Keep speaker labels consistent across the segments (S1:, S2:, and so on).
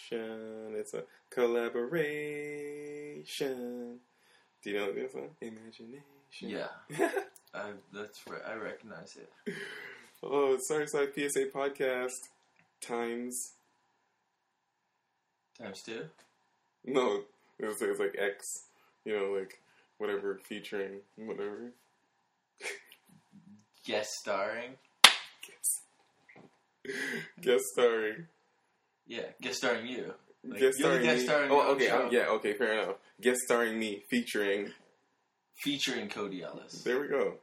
S1: collaboration. It's a collaboration. Do you know this one? Imagination.
S2: Yeah, I, that's right. I recognize it.
S1: oh, it's Sorry Side PSA podcast times.
S2: Times two.
S1: No, it's, it's like X. You know, like whatever featuring whatever.
S2: Guest starring.
S1: guest starring.
S2: Yeah, guest starring you. Like,
S1: guest
S2: you're
S1: starring.
S2: the guest
S1: me.
S2: star in your
S1: oh,
S2: own
S1: okay.
S2: show.
S1: um, yeah, okay. Fair enough. Guest starring me featuring.
S2: Featuring Cody Ellis.
S1: There we go.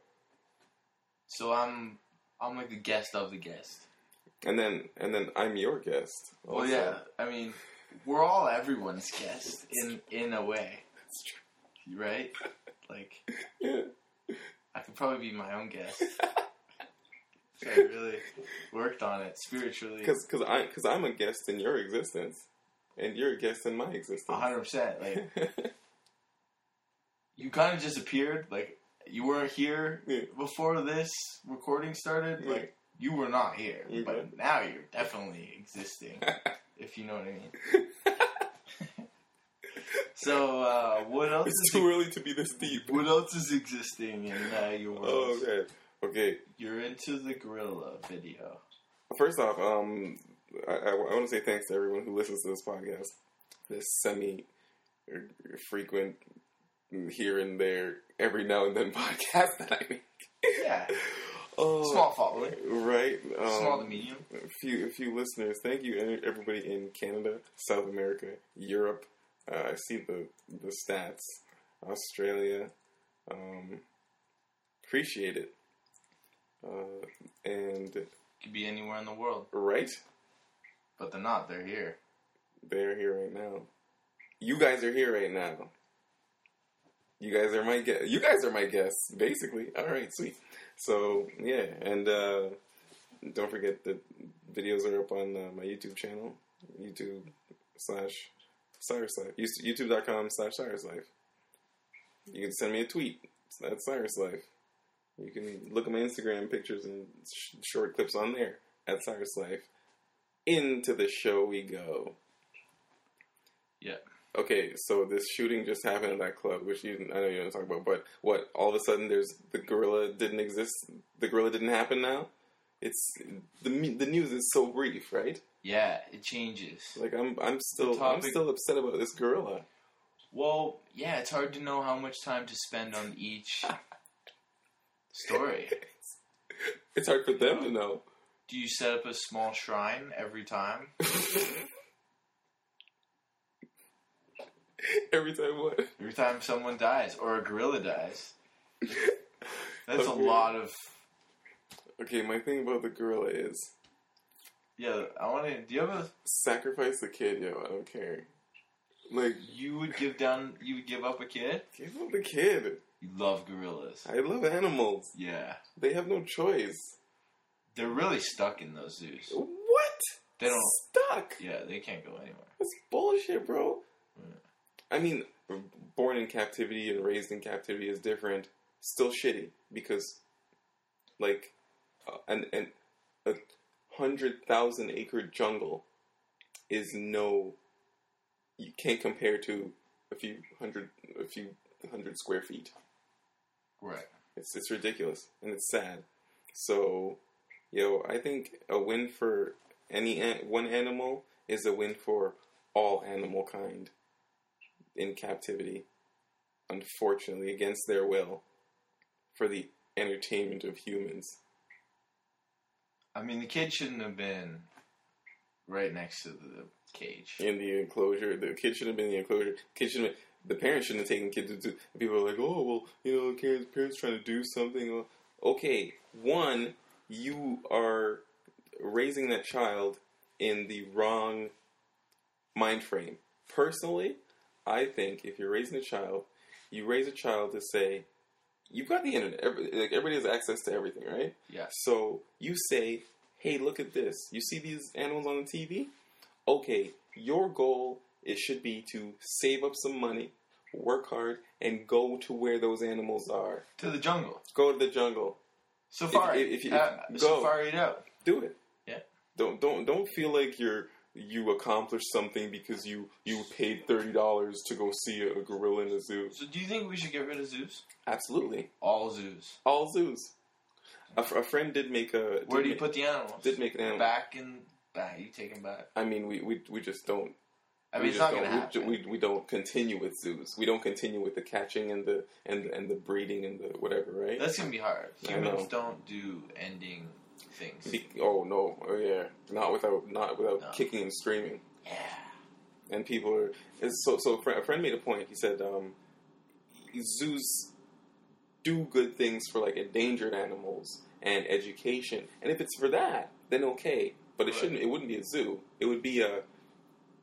S2: So I'm I'm like the guest of the guest.
S1: And then and then I'm your guest.
S2: Oh
S1: also.
S2: yeah. I mean, we're all everyone's guest in in a way,
S1: That's true.
S2: right? Like
S1: Yeah.
S2: I could probably be my own guest. If I really worked on it spiritually.
S1: Because cause I, cause I'm a guest in your existence, and you're a guest in my existence.
S2: 100%. Like you kind of just appeared. Like you were here
S1: Yeah.
S2: before this recording started.
S1: Yeah.
S2: Like you were not here,
S1: Mhm.
S2: but now you're definitely existing. if you know what I mean. so uh, what else
S1: it's
S2: is
S1: too early to be this deep.
S2: what else is existing in uh, your world?
S1: Oh, okay. Okay.
S2: You're into the gorilla video.
S1: First off, um, I, I, want to say thanks to everyone who listens to this podcast, this semi er, frequent here and there, every now and then podcast that I make.
S2: Yeah,
S1: Oh,
S2: small following,
S1: Right? Um,
S2: small to medium.
S1: a few a few listeners. Thank you, and everybody in Canada, South America, Europe. Uh, I see the the stats. Australia. Um, appreciate it. Uh, and
S2: Could be anywhere in the world,
S1: right,
S2: but they're not. They're here.
S1: they're here right now. You guys are here right now. You guys are my guest. You guys are my guests, basically. All right, sweet. So yeah, and uh, don't forget the videos are up on uh, my YouTube channel, YouTube slash Cyrus Life, Yous- YouTube.com slash Cyrus Life. You can send me a tweet at Cyrus Life. You can look at my Instagram pictures and sh- short clips on there at Cyrus Life. Into the show we go.
S2: Yeah.
S1: Okay, so this shooting just happened at that club, which you I know you don't talk about, but what? All of a sudden, there's the gorilla didn't exist. The gorilla didn't happen. Now, it's the me- the news is so brief, right?
S2: Yeah, it changes.
S1: Like I'm I'm still I'm
S2: topic-
S1: still upset about this gorilla.
S2: Well, yeah, it's hard to know how much time to spend on each story.
S1: It's hard for them to know.
S2: Do you set up a small shrine every time?
S1: Every time what?
S2: Every time someone dies or a gorilla dies? That's a
S1: Okay.
S2: lot of.
S1: Okay, my thing about the gorilla is
S2: Yeah, I want to. Do you have a?
S1: sacrifice the kid, yo. I don't care. Like
S2: You would give down. You would give up a kid.
S1: give up the kid.
S2: You love gorillas.
S1: I love animals.
S2: Yeah,
S1: They have no choice.
S2: they're really stuck in those zoos.
S1: What?
S2: They don't.
S1: Stuck.
S2: Yeah, they can't go anywhere.
S1: That's bullshit, bro.
S2: Yeah.
S1: I mean, born in captivity and raised in captivity is different. Still shitty because, like, uh, an an a hundred thousand acre jungle is no. You can't compare to a few hundred a few hundred square feet.
S2: Right.
S1: It's it's ridiculous and it's sad. So, yo, I think a win for any an- one animal is a win for all animal kind in captivity. Unfortunately, against their will, for the entertainment of humans.
S2: I mean, the kid shouldn't have been right next to the cage.
S1: in the enclosure. The kid shouldn't have been in the enclosure. Kid shouldn't. Have, the parents shouldn't have taken kids to. and People are like, oh well, you know, parents, parents trying to do something. Well, Okay, one, you are raising that child in the wrong mind frame. Personally, I think if you're raising a child, you raise a child to say, you've got the internet. Every, like everybody has access to everything, right?
S2: Yeah.
S1: So you say, hey, look at this. You see these animals on the TV? Okay, your goal it should be to save up some money, work hard, and go to where those animals are.
S2: To the jungle.
S1: Go to the jungle.
S2: Safari.
S1: if- if you-
S2: uh,
S1: go.
S2: Safari it out.
S1: Do it.
S2: Yeah.
S1: Don't don't don't feel like you're you accomplished something because you you paid thirty dollars to go see a, a gorilla in a zoo.
S2: So do you think we should get rid of zoos?
S1: Absolutely,
S2: All zoos.
S1: all zoos. A, fr- a friend did make a.
S2: Where
S1: did
S2: do you
S1: make-
S2: put the animals?
S1: Did make an animal.
S2: Back in back. You take them back.
S1: I mean, we, we we just don't.
S2: I
S1: we
S2: mean, it's
S1: just
S2: not gonna
S1: don't- we
S2: happen.
S1: ju- We, we don't continue with zoos. We don't continue with the catching and the and and the breeding and the whatever, right?
S2: That's gonna be hard.
S1: I
S2: Humans
S1: know.
S2: don't do ending things.
S1: Be- oh no! Oh yeah! Not without not without
S2: No.
S1: kicking and screaming.
S2: Yeah.
S1: And people are it's so so. A friend, a friend made a point. He said um, zoos do good things for like endangered animals and education. And if it's for that, then okay. But it
S2: Right.
S1: shouldn't. It wouldn't be a zoo. It would be a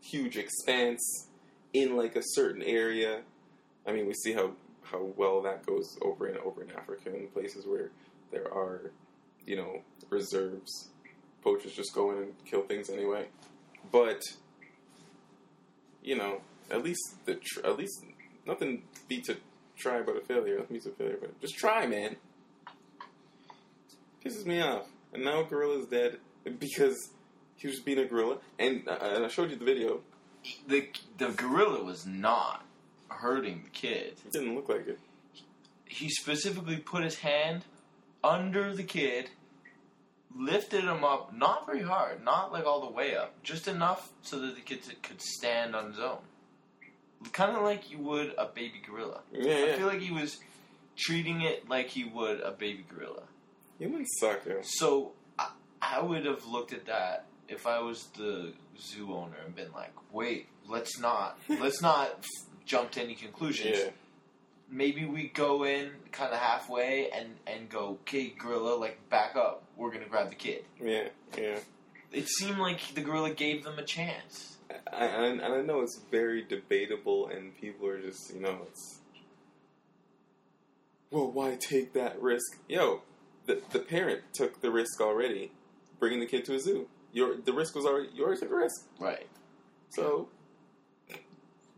S1: huge expanse in like a certain area. I mean, we see how how well that goes over and over in Africa and places where there are, you know, reserves. Poachers just go in and kill things anyway. But you know, at least the tr- at least nothing beats a try but a failure. Nothing beats a failure, but just try, man. Pisses me off. And now gorilla's dead because he was being a gorilla. And, uh, and I showed you the video.
S2: The the gorilla was not hurting the kid.
S1: It didn't look like it.
S2: He specifically put his hand under the kid, lifted him up, not very hard, not like all the way up, just enough so that the kid could stand on his own. Kind of like you would a baby gorilla.
S1: Yeah,
S2: I
S1: yeah.
S2: feel like he was treating it like he would a baby gorilla.
S1: Humans suck, yo.
S2: So I, I would have looked at that if I was the zoo owner and been like, "Wait, let's not, let's not f- jump to any conclusions.
S1: Yeah.
S2: Maybe we go in kind of halfway and and go, okay, gorilla, like back up. We're gonna grab the kid."
S1: Yeah, yeah.
S2: It seemed like the gorilla gave them a chance.
S1: I, I, and I know it's very debatable, and people are just, you know, it's. Well, why take that risk? Yo, the, the parent took the risk already, bringing the kid to a zoo. Your the risk was already you already took a risk,
S2: Right.
S1: so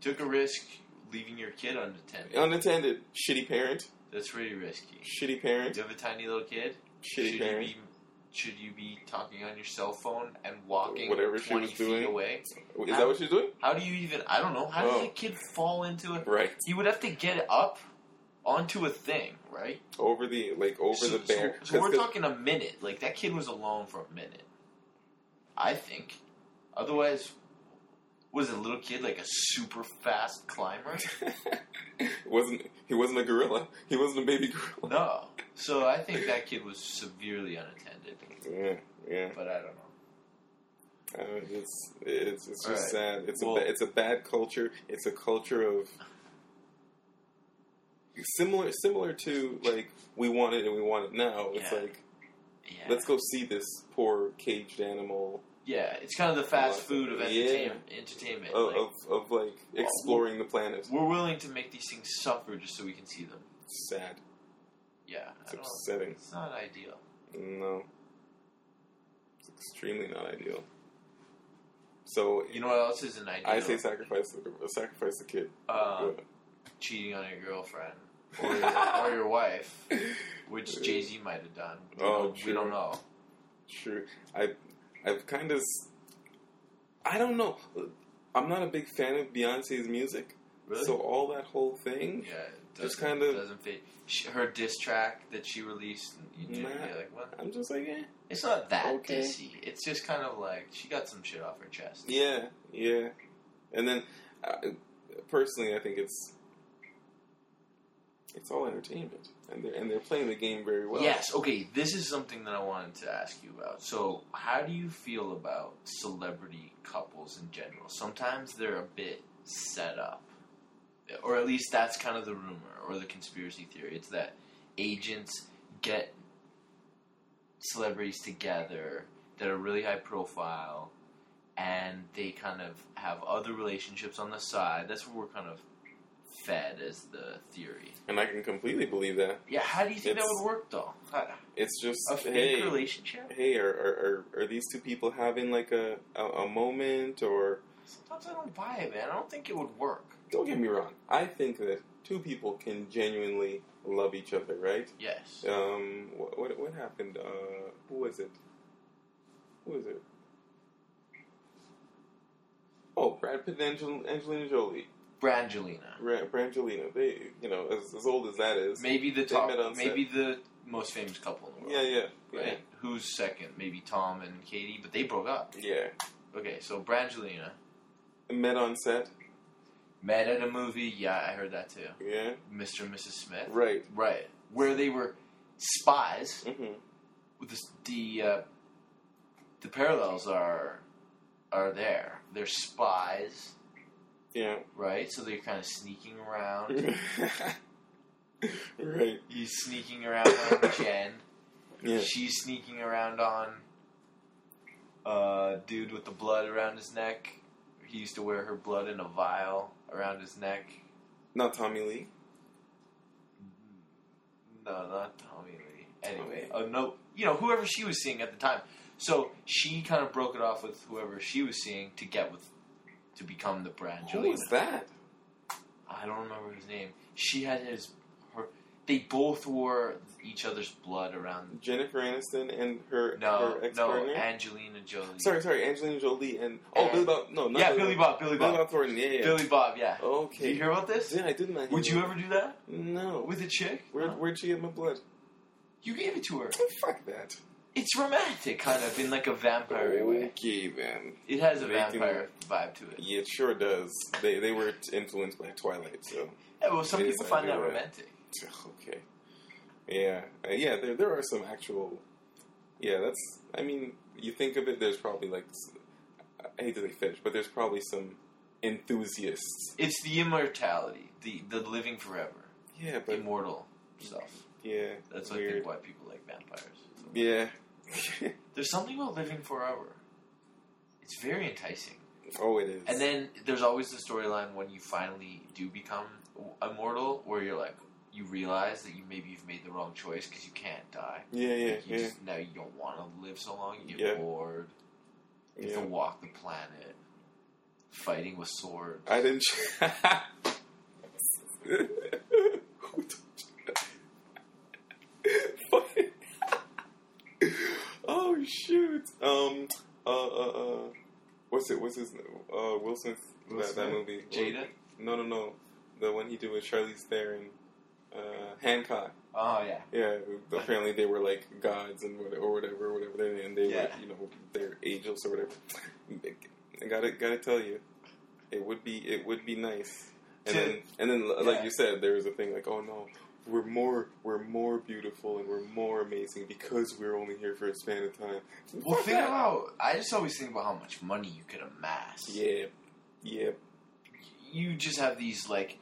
S2: Took a risk leaving your kid unattended.
S1: unattended. Shitty parent,
S2: That's pretty risky.
S1: shitty parent,
S2: You have a tiny little kid.
S1: shitty
S2: should
S1: parent.
S2: you be should you be talking on your cell phone and walking
S1: Whatever she
S2: twenty
S1: was
S2: feet
S1: doing.
S2: away?
S1: Is that what she's doing?
S2: How do you even? I don't know. How does
S1: Oh.
S2: a kid fall into it?
S1: Right
S2: He would have to get up onto a thing, right?
S1: over the like over
S2: so,
S1: the bear.
S2: So, so we're
S1: 'Cause- 'cause-
S2: talking a minute. Like that kid was alone for a minute. I think. Otherwise, was a little kid like a super fast climber?
S1: wasn't he wasn't a gorilla? He wasn't a baby gorilla.
S2: no. So I think that kid was severely unattended.
S1: Yeah, yeah.
S2: But I don't know.
S1: Uh, it's it's it's just
S2: Alright.
S1: sad. It's
S2: Well-
S1: a ba- it's a bad culture. It's a culture of similar similar to like we want it and we want it now. It's
S2: Yeah.
S1: like
S2: Yeah.
S1: let's go see this poor caged animal
S2: Yeah, it's kind of the fast food of
S1: Yeah. Oh,
S2: entertainment. Entertainment.
S1: of
S2: like,
S1: of, of like exploring the planet.
S2: we're willing to make these things suffer just so we can see them.
S1: It's sad.
S2: Yeah, I
S1: It's
S2: don't,
S1: upsetting.
S2: it's not ideal.
S1: No, it's extremely not ideal. So
S2: You know what else isn't ideal?
S1: I say sacrifice the sacrifice the kid.
S2: um, cheating on your girlfriend or your, or your wife, which Jay Z might have done. We,
S1: Oh,
S2: don't, we
S1: true.
S2: don't know.
S1: True. I I've kind of s- I don't know. I'm not a big fan of Beyonce's music.
S2: Really?
S1: So all that whole
S2: yeah,
S1: thing,
S2: it
S1: just
S2: doesn't-
S1: kind of-
S2: doesn't fit. She, her diss track that she released, you knew,
S1: Nah.
S2: you're like, what?
S1: I'm just like, eh.
S2: It's not that
S1: Okay.
S2: dissy. It's just kind of like she got some shit off her chest.
S1: yeah, yeah. And then uh, personally, I think it's it's all entertainment, and they're and they're playing the game very well.
S2: Yes. Okay. This is something that I wanted to ask you about. So, how do you feel about celebrity couples in general? Sometimes they're a bit set up, or at least that's kind of the rumor or the conspiracy theory. It's that agents get celebrities together that are really high profile, and they kind of have other relationships on the side. That's what we're kind of fed as the theory.
S1: And I can completely believe that.
S2: Yeah. How do you think that
S1: It's-
S2: would work, though? How-
S1: It's just
S2: a fake
S1: hey,
S2: relationship?
S1: hey, are, are are are these two people having like a a, a moment or?
S2: Sometimes I don't buy it, man. I don't think it would work.
S1: Don't get me wrong. I think that two people can genuinely love each other, right?
S2: Yes.
S1: Um, what what, what happened? Uh, who was it? Who was it? Oh, Brad Pitt and Angel- Angelina Jolie.
S2: Brangelina.
S1: Ra- Brangelina. They, you know, as, as old as that is.
S2: Maybe the
S1: They
S2: top,
S1: met on set.
S2: maybe the most famous couple in the
S1: Yeah,
S2: world.
S1: yeah, yeah.
S2: Right? Who's second? Maybe Tom and Katie, but they broke up.
S1: Yeah.
S2: Okay, so Brangelina
S1: Met on set.
S2: met at a movie. Yeah, I heard that too.
S1: Yeah.
S2: Mr. and Mrs. Smith.
S1: Right.
S2: Right. Where they were spies.
S1: Mm-hmm.
S2: With this, the uh, the parallels are are there. They're spies,
S1: Yeah.
S2: right? So they're kind of sneaking around.
S1: right.
S2: He's sneaking around on Jen.
S1: Yeah.
S2: She's sneaking around on uh dude with the blood around his neck. He used to wear her blood in a vial around his neck.
S1: Not Tommy Lee.
S2: No, not Tommy Lee. Anyway, uh, no, you know whoever she was seeing at the time. So she kind of broke it off with whoever she was seeing to get with, to become the
S1: Who
S2: Brangelina.
S1: was that?
S2: I don't remember his name. She had his, her. They both wore each other's blood around.
S1: Jennifer Aniston and her
S2: No,
S1: her ex
S2: no,
S1: partner.
S2: Angelina Jolie.
S1: sorry, sorry, Angelina Jolie and oh,
S2: And-
S1: Billy Bob. No, not
S2: yeah, Billy Bob, Billy
S1: Billy
S2: Bob,
S1: Bob Thornton. Yeah, yeah.
S2: Billy Bob. Yeah. Did
S1: Okay.
S2: you hear about this?
S1: yeah, I did not. hear
S2: Would you
S1: that.
S2: ever do that
S1: No.
S2: with a chick?
S1: Where,
S2: No.
S1: Where'd she get my blood?
S2: You gave it to her.
S1: Oh, fuck that.
S2: It's romantic, kind of in like a vampire way.
S1: Okay, then.
S2: It has a
S1: They can-
S2: vampire vibe to it.
S1: Yeah, it sure does. They they were t- influenced by Twilight, so
S2: Yeah, well, some
S1: It is
S2: people find that
S1: ideal, yeah.
S2: romantic.
S1: okay. Yeah, Uh, yeah. There there are some actual. Yeah, that's. I mean, you think of it. There's probably like, s- I hate to say fish, but there's probably some enthusiasts.
S2: It's the immortality, the the living forever,
S1: Yeah, but
S2: immortal stuff.
S1: yeah,
S2: That's I
S1: weird.
S2: think why people like vampires.
S1: Yeah.
S2: There's something about living forever. It's very enticing.
S1: oh, it is.
S2: And then there's always the storyline when you finally do become immortal, where you're like, you realize that you maybe you've made the wrong choice because you can't die.
S1: yeah, yeah,
S2: Like, you
S1: yeah,
S2: just, now you don't want to live so long. You get
S1: Yeah.
S2: bored. You
S1: yeah.
S2: have to walk the planet, fighting with swords.
S1: I didn't. Who told you that? Fuck. oh shoot. Um. Uh. Uh. uh what's it? What's his? Uh. Wilson.
S2: Will
S1: that, that
S2: Smith?
S1: movie.
S2: Jada.
S1: No, no, no. The one he did with Charlize Theron. Uh, Hancock.
S2: Oh yeah.
S1: Yeah. Apparently they were like gods and what or whatever, whatever. They and they
S2: Yeah.
S1: were you know they're angels or whatever. I gotta gotta tell you, it would be it would be nice. And
S2: To-
S1: then and then l- like
S2: yeah.
S1: you said, there was a thing like oh no. We're more, we're more beautiful, and we're more amazing because we're only here for a span of time.
S2: Well,
S1: Fuck
S2: think
S1: that.
S2: about. I just always think about how much money you could amass.
S1: yeah, yeah,
S2: You just have these like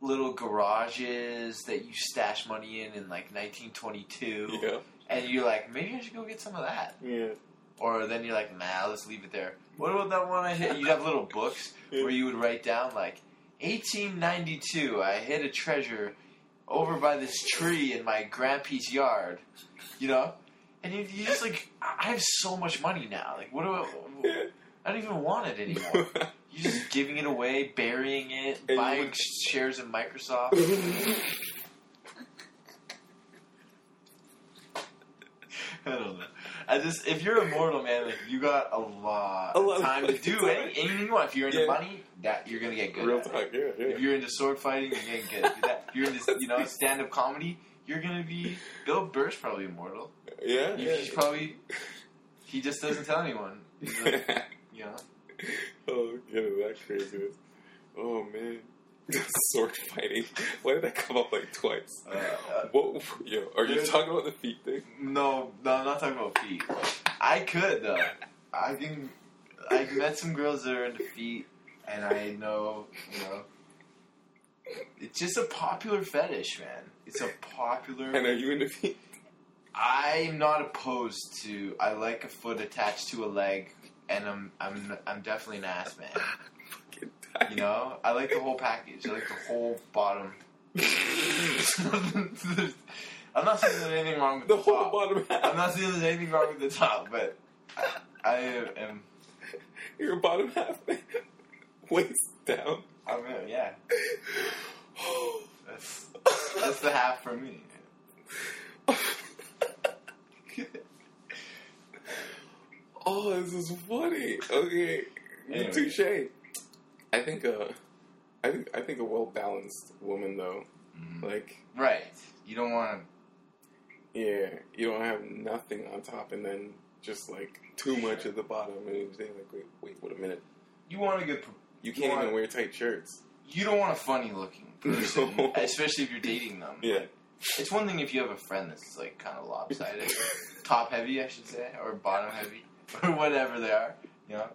S2: little garages that you stash money in in like 1922,
S1: yeah,
S2: and you're like, maybe I should go get some of that.
S1: yeah.
S2: Or then you're like, nah, let's leave it there. What about that one I hit? You'd have little books where you would write down like, 1892, I hid a treasure over by this tree in my grandpa's yard, you know. And you, you just like, I I have so much money now. Like, what do I? I don't even want it anymore. You're just giving it away, burying it,
S1: you
S2: buying
S1: would-
S2: shares in Microsoft. I don't know. I just, if you're immortal, man, like you got a lot,
S1: A lot
S2: of
S1: of
S2: time to do
S1: time.
S2: any, anything you want. If you're into
S1: Yeah.
S2: money, that you're gonna get good.
S1: Real
S2: at it.
S1: talk, yeah, yeah.
S2: If you're into sword fighting, you're gonna get good. at that. If you're into, you know, stand up comedy, you're gonna be Bill Burr's probably immortal.
S1: yeah,
S2: He-
S1: yeah.
S2: He's probably he just doesn't tell anyone. He's like, you know,
S1: oh, get it, that craziness. Oh, man. Sword fighting. Why did that come up like twice?
S2: Uh, uh,
S1: what, yo, are you
S2: yeah.
S1: talking about the feet thing?
S2: no, no, I'm not talking about feet. I could though. I can. I met some girls that are into feet, and I know, you know. It's just a popular fetish, man. It's a popular.
S1: And are you into feet?
S2: I'm not opposed to. I like a foot attached to a leg, and I'm I'm I'm definitely an ass man.
S1: Fucking die.
S2: You know, I like the whole package. I like the whole bottom. I'm not saying there's anything wrong with the,
S1: the whole
S2: top.
S1: bottom
S2: I'm
S1: half.
S2: not saying there's anything wrong with the top, but I am.
S1: Your bottom half, man. Waist down.
S2: I'm yeah. That's that's the half for me.
S1: oh, this is funny. Okay.
S2: Anyway.
S1: Touche. I think uh, I think I think a well balanced woman though,
S2: Mhm.
S1: like
S2: Right. You don't want
S1: yeah, you don't have nothing on top and then just like too much at the bottom, and you're just like wait, wait, what a minute,
S2: to. You want to get.
S1: you can't
S2: Why?
S1: even wear tight shirts.
S2: You don't want a funny looking person, especially if you're dating them.
S1: Yeah,
S2: It's one thing if you have a friend that's like kind of lopsided, top heavy, I should say, or bottom heavy, or whatever they are. You know.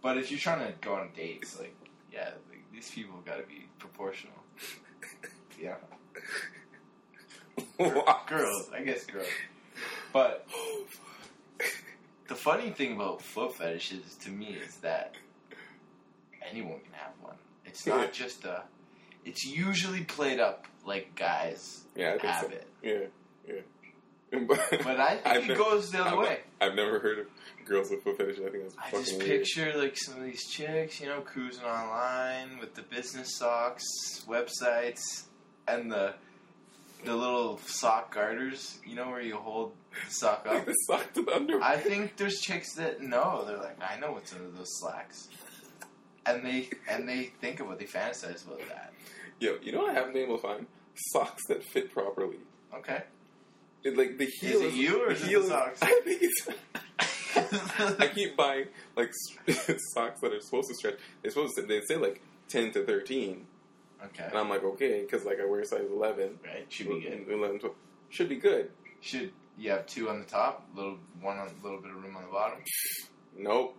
S2: But if you're trying to go on dates, like yeah, like, these people got to be proportional. Yeah. girls, I guess girls. But the funny thing about foot fetishes to me is that anyone can have one. It's not just a. It's usually played up like guys
S1: yeah, I think
S2: have
S1: so. Yeah,
S2: it,
S1: yeah. But,
S2: but I think
S1: I've
S2: it
S1: ne-
S2: goes the other
S1: I've,
S2: way.
S1: I've never heard of girls with foot fetish. I think that's
S2: I
S1: fucking
S2: just
S1: weird.
S2: picture like some of these chicks, you know, cruising online with the business socks websites and the the little sock garters, you know, where you hold the sock
S1: like
S2: up.
S1: the sock to the underwear.
S2: I think there's chicks that know. They're like, I know what's under those slacks, and they and they think about, they fantasize about that.
S1: Yo, you know what I have name will find socks that fit properly.
S2: Okay.
S1: It, like the heel
S2: it you or is it the
S1: heel
S2: socks?
S1: I think it's. I keep buying like socks that are supposed to stretch. They're supposed to. They say like ten to thirteen,
S2: okay.
S1: and I'm like okay, because like I wear size eleven.
S2: Right. Should be good.
S1: 11, 12. Should be good.
S2: Should you have two on the top, little one, on, little bit of room on the bottom?
S1: Nope.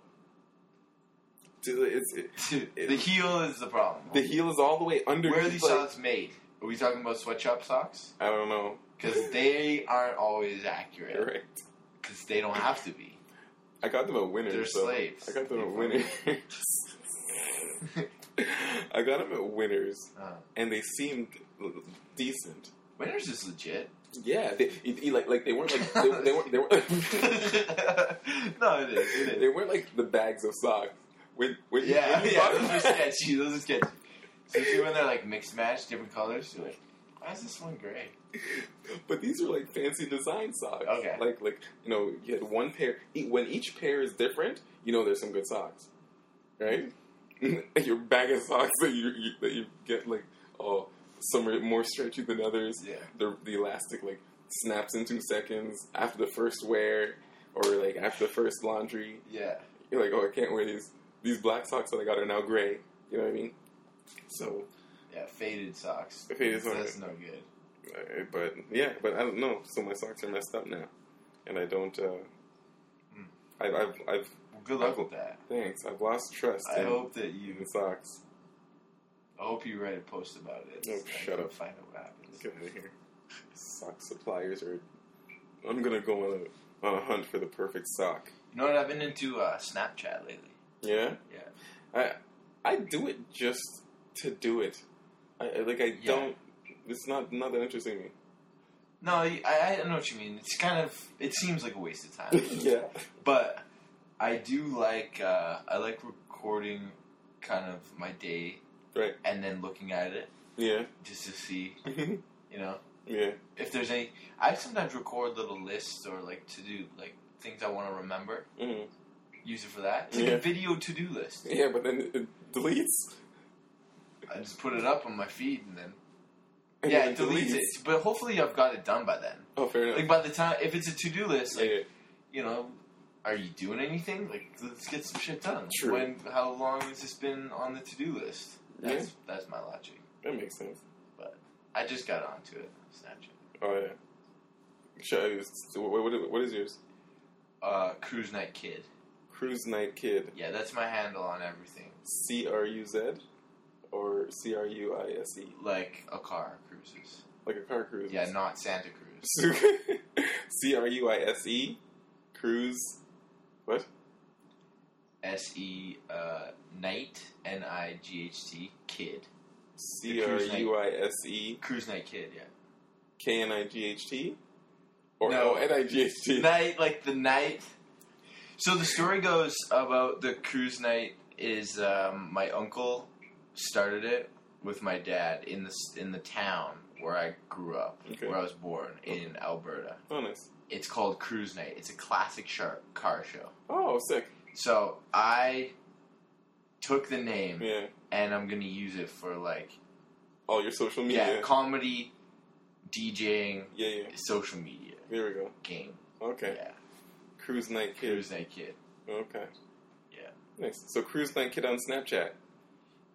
S1: It's, it,
S2: the heel is the problem.
S1: the heel is all the way under.
S2: Where are these
S1: like-
S2: socks made? Are we talking about sweatshop socks?
S1: I don't know.
S2: Because they aren't always accurate.
S1: Right.
S2: Because they don't have to be.
S1: I got them at Winners.
S2: They're
S1: so-
S2: slaves.
S1: I got them
S2: They're
S1: at
S2: fucking-
S1: Winners. I got them at Winners,
S2: Uh,
S1: and they seemed l- decent.
S2: Winners is legit.
S1: Yeah, they, you- you- like like they weren't like they, they weren't they weren't,
S2: no, it is. It is.
S1: they weren't like the bags of socks. When, when you-
S2: Yeah,
S1: when you
S2: yeah,
S1: bought
S2: those are
S1: them-
S2: sketchy. Those are sketchy. So see when they're like mixed match, different colors, you're like, why is this one gray?
S1: but these are like fancy design socks.
S2: Okay.
S1: like like you know you had one pair. e- When each pair is different, you know there's some good socks, right?
S2: Mm-hmm.
S1: Your bag of socks that you, you that you get like oh some are more stretchy than others.
S2: Yeah.
S1: the, the elastic like snaps in two seconds after the first wear or like after the first laundry.
S2: Yeah.
S1: You're like, oh, I can't wear these. These black socks that I got are now gray. You know what I mean? So,
S2: Yeah, faded socks.
S1: Faded socks.
S2: That's no good.
S1: uh, but yeah, but I don't know. So my socks are messed up now, and I don't. Uh,
S2: Hmm.
S1: I've, I've, I've
S2: Well, good luck with that.
S1: thanks. I've lost trust
S2: I
S1: in,
S2: hope that
S1: in
S2: you.
S1: socks.
S2: I hope you write a post about it.
S1: No,
S2: and
S1: shut
S2: can
S1: up.
S2: Find out what happens.
S1: Get out of here. Sock suppliers are. I'm gonna go on a on a hunt for the perfect sock.
S2: You know what? I've been into uh, Snapchat lately.
S1: Yeah.
S2: Yeah.
S1: I I do it just to do it. I I- like. I
S2: Yeah.
S1: don't. It's not not that interesting to me.
S2: No, I, I know what you mean. It's kind of. It seems like a waste of time.
S1: yeah.
S2: But I do like uh, I like recording kind of my day
S1: Right.
S2: and then looking at it
S1: Yeah.
S2: just to see,
S1: Mhm.
S2: you know,
S1: yeah.
S2: if there's any. I sometimes record little lists or like to do like things I want to remember.
S1: hmm
S2: Use it for that. It's like
S1: Yeah.
S2: a video to do list.
S1: Yeah. But then it deletes.
S2: I just put it up on my feed and then
S1: and
S2: yeah,
S1: then
S2: it deletes it. But hopefully I've got it done by then.
S1: Oh, fair enough.
S2: Like by the time if it's a to do list,
S1: yeah,
S2: like
S1: yeah.
S2: you know, are you doing anything? Like, let's get some shit done.
S1: True.
S2: When? How long has this been on the to do list? That's that's my logic.
S1: That makes sense.
S2: I just got onto it, Snapchat.
S1: Oh yeah. Should I, so what, what, what is yours?
S2: Uh, Cruise Night Kid.
S1: Cruise Night Kid.
S2: Yeah, that's my handle on everything.
S1: C R U Z, or C R U I S E,
S2: Like a car cruises.
S1: like a car cruise.
S2: Yeah, not Santa Cruz.
S1: C R U I S E, cruise. What?
S2: S E uh, Night N I G H T Kid.
S1: C R U I S E
S2: Cruise Night Kid. Yeah.
S1: K N I G H T? Or no,
S2: No.
S1: N I G H T.
S2: night, like the night. So the story goes about the cruise night is um, my uncle started it with my dad in the s- in the town where I grew up,
S1: Okay.
S2: where I was born in Alberta.
S1: Oh, nice.
S2: It's called Cruise Night. It's a classic shark car show.
S1: Oh, sick.
S2: So I took the name
S1: Yeah.
S2: and I'm gonna use it for like
S1: All your social
S2: yeah,
S1: media.
S2: comedy, DJing,
S1: Yeah, yeah.
S2: social media,
S1: There we go.
S2: game.
S1: Okay.
S2: Yeah,
S1: Cruise Night Kid.
S2: Cruise Night Kid.
S1: Okay.
S2: Yeah.
S1: Nice. So Cruise Night Kid on Snapchat.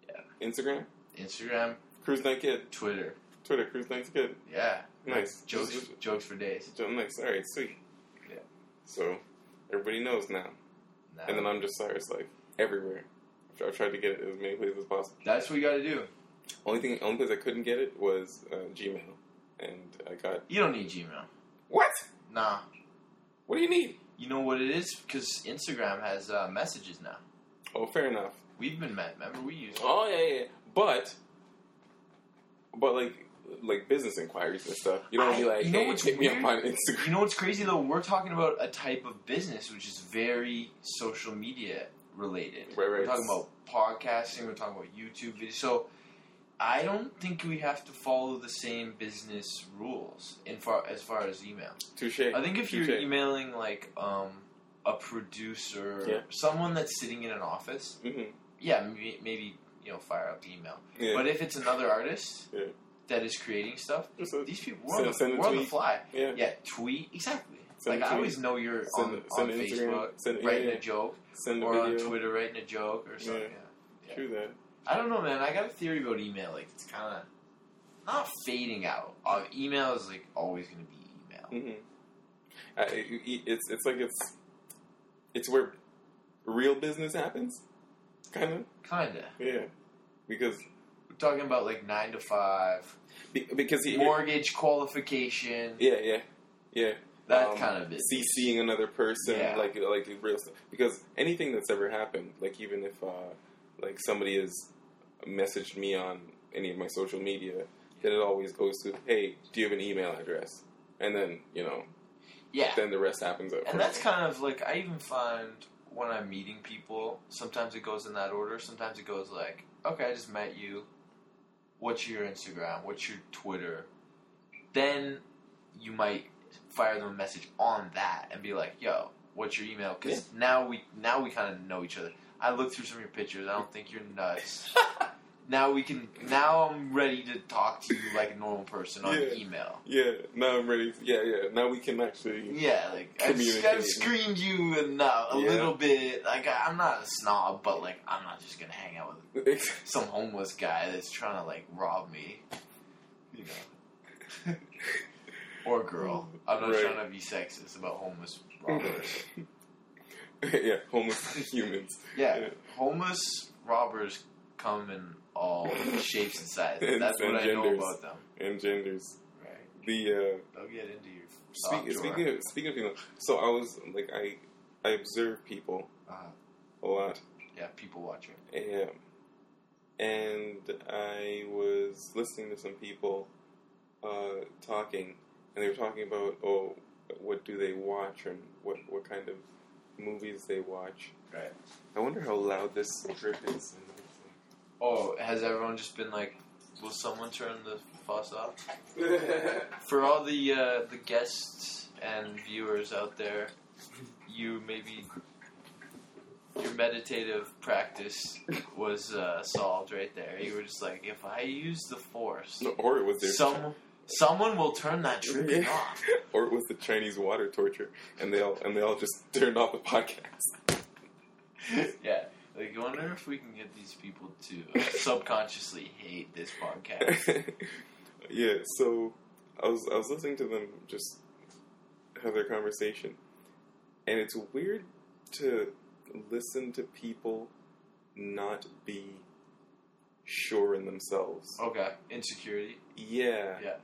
S2: Yeah.
S1: Instagram?
S2: Instagram,
S1: Cruise Night Kid.
S2: Twitter.
S1: Twitter, Cruise Night Kid.
S2: Yeah,
S1: Nice.
S2: jokes,
S1: Just-
S2: jokes for days.
S1: just- nice. All right, sweet.
S2: Yeah.
S1: So everybody knows now.
S2: Nah.
S1: And then I'm just Cyrus, like, everywhere. I've tr- I've tried to get it as many places as possible.
S2: That's what you gotta do.
S1: Only thing, only place I couldn't get it was uh, Gmail. And I got,
S2: You don't need Gmail.
S1: what?
S2: Nah.
S1: What do you need?
S2: You know what it is? Because Instagram has uh, messages now.
S1: Oh, fair enough.
S2: We've been met. Remember, we used.
S1: Oh yeah, yeah, yeah. But, but like, like business inquiries and stuff. You don't
S2: I-
S1: be like,
S2: you know
S1: hey,
S2: what's
S1: hit me up on
S2: weird?
S1: Instagram.
S2: You know what's crazy though? We're talking about a type of business which is very social media related.
S1: Right, right.
S2: We're talking about podcasting. We're talking about YouTube videos. So I don't think we have to follow the same business rules in far as far as email.
S1: Touche.
S2: I think if you're
S1: Touche.
S2: emailing like um, a producer,
S1: Yeah.
S2: someone that's sitting in an office,
S1: Mhm.
S2: yeah, maybe, maybe you know fire up the email.
S1: Yeah.
S2: But if it's another artist
S1: Yeah.
S2: that is creating stuff,
S1: Just a-
S2: these people we're, on,
S1: Send-
S2: the,
S1: send a
S2: we're on the
S1: tweet.
S2: fly.
S1: yeah.
S2: Yeah, tweet exactly.
S1: Send
S2: like
S1: a
S2: I
S1: tweet.
S2: always know you're
S1: Send-
S2: on,
S1: send
S2: on
S1: an Instagram.
S2: Facebook
S1: Send- yeah,
S2: writing
S1: yeah.
S2: a joke
S1: Send a
S2: or on
S1: video.
S2: Twitter writing a joke or something.
S1: Yeah.
S2: yeah.
S1: True that.
S2: I don't know, man. I got a theory about email. Like it's kind of not fading out. Uh, email is like always going to be email.
S1: hmm I, it- it's it's like it's it's where real business happens, kind of.
S2: Kinda.
S1: Yeah. Because
S2: We're talking about like nine to five.
S1: be- because he
S2: mortgage qualification,
S1: yeah yeah yeah
S2: that
S1: um,
S2: kind of is.
S1: CCing another person,
S2: Yeah.
S1: like like real stuff. Because anything that's ever happened, like even if uh, like somebody has messaged me on any of my social media, then it always goes to, hey, do you have an email address? And then you know,
S2: Yeah,
S1: then the rest happens. At
S2: and that's kind of like I even find when I'm meeting people, sometimes it goes in that order. Sometimes it goes like, okay, I just met you. What's your Instagram? What's your Twitter? Then you might fire them a message on that and be like, yo, what's your email? Because now we now we kind of know each other. I looked through some of your pictures. I don't think you're nuts. now we can. Now I'm ready to talk to you like a normal person on
S1: Yeah.
S2: email.
S1: yeah. Now I'm ready. Yeah, yeah. Now we can actually.
S2: Yeah, like I've,
S1: Communicate.
S2: I've screened you enough a
S1: Yeah.
S2: little bit. Like I- I'm not a snob, but like I'm not just gonna hang out with some homeless guy that's trying to like rob me, you know, or girl. I'm not
S1: Right.
S2: trying to be sexist about homeless robbers.
S1: yeah, homeless humans.
S2: yeah.
S1: Yeah.
S2: homeless robbers come in all shapes and sizes.
S1: And-
S2: that's what
S1: and
S2: I know
S1: genders.
S2: about them.
S1: and genders.
S2: Right?
S1: The uh,
S2: They'll get into your sock
S1: Speak,
S2: drawer.
S1: speaking of speaking of people, so I was like I I observe people
S2: Uh-huh.
S1: a lot,
S2: yeah, people watching.
S1: and, and I was listening to some people uh, talking, and they were talking about oh, what do they watch and what what kind of movies they watch.
S2: Right.
S1: I wonder how loud this drip is.
S2: Oh, has everyone just been like, will someone turn the fuss off? For all the uh, the guests and viewers out there, you maybe your meditative practice was uh, solved right there. You were just like, if I use the force,
S1: No, or it was their
S2: some someone will turn that tripping
S1: Yeah.
S2: off.
S1: or it was the Chinese water torture, and they all and they all just turned off the podcast.
S2: yeah. Like, I wonder if we can get these people to uh, subconsciously hate this podcast.
S1: yeah, so I was I was listening to them just have their conversation, and it's weird to listen to people not be sure in themselves.
S2: Okay, insecurity.
S1: Yeah.
S2: Oh. Yeah.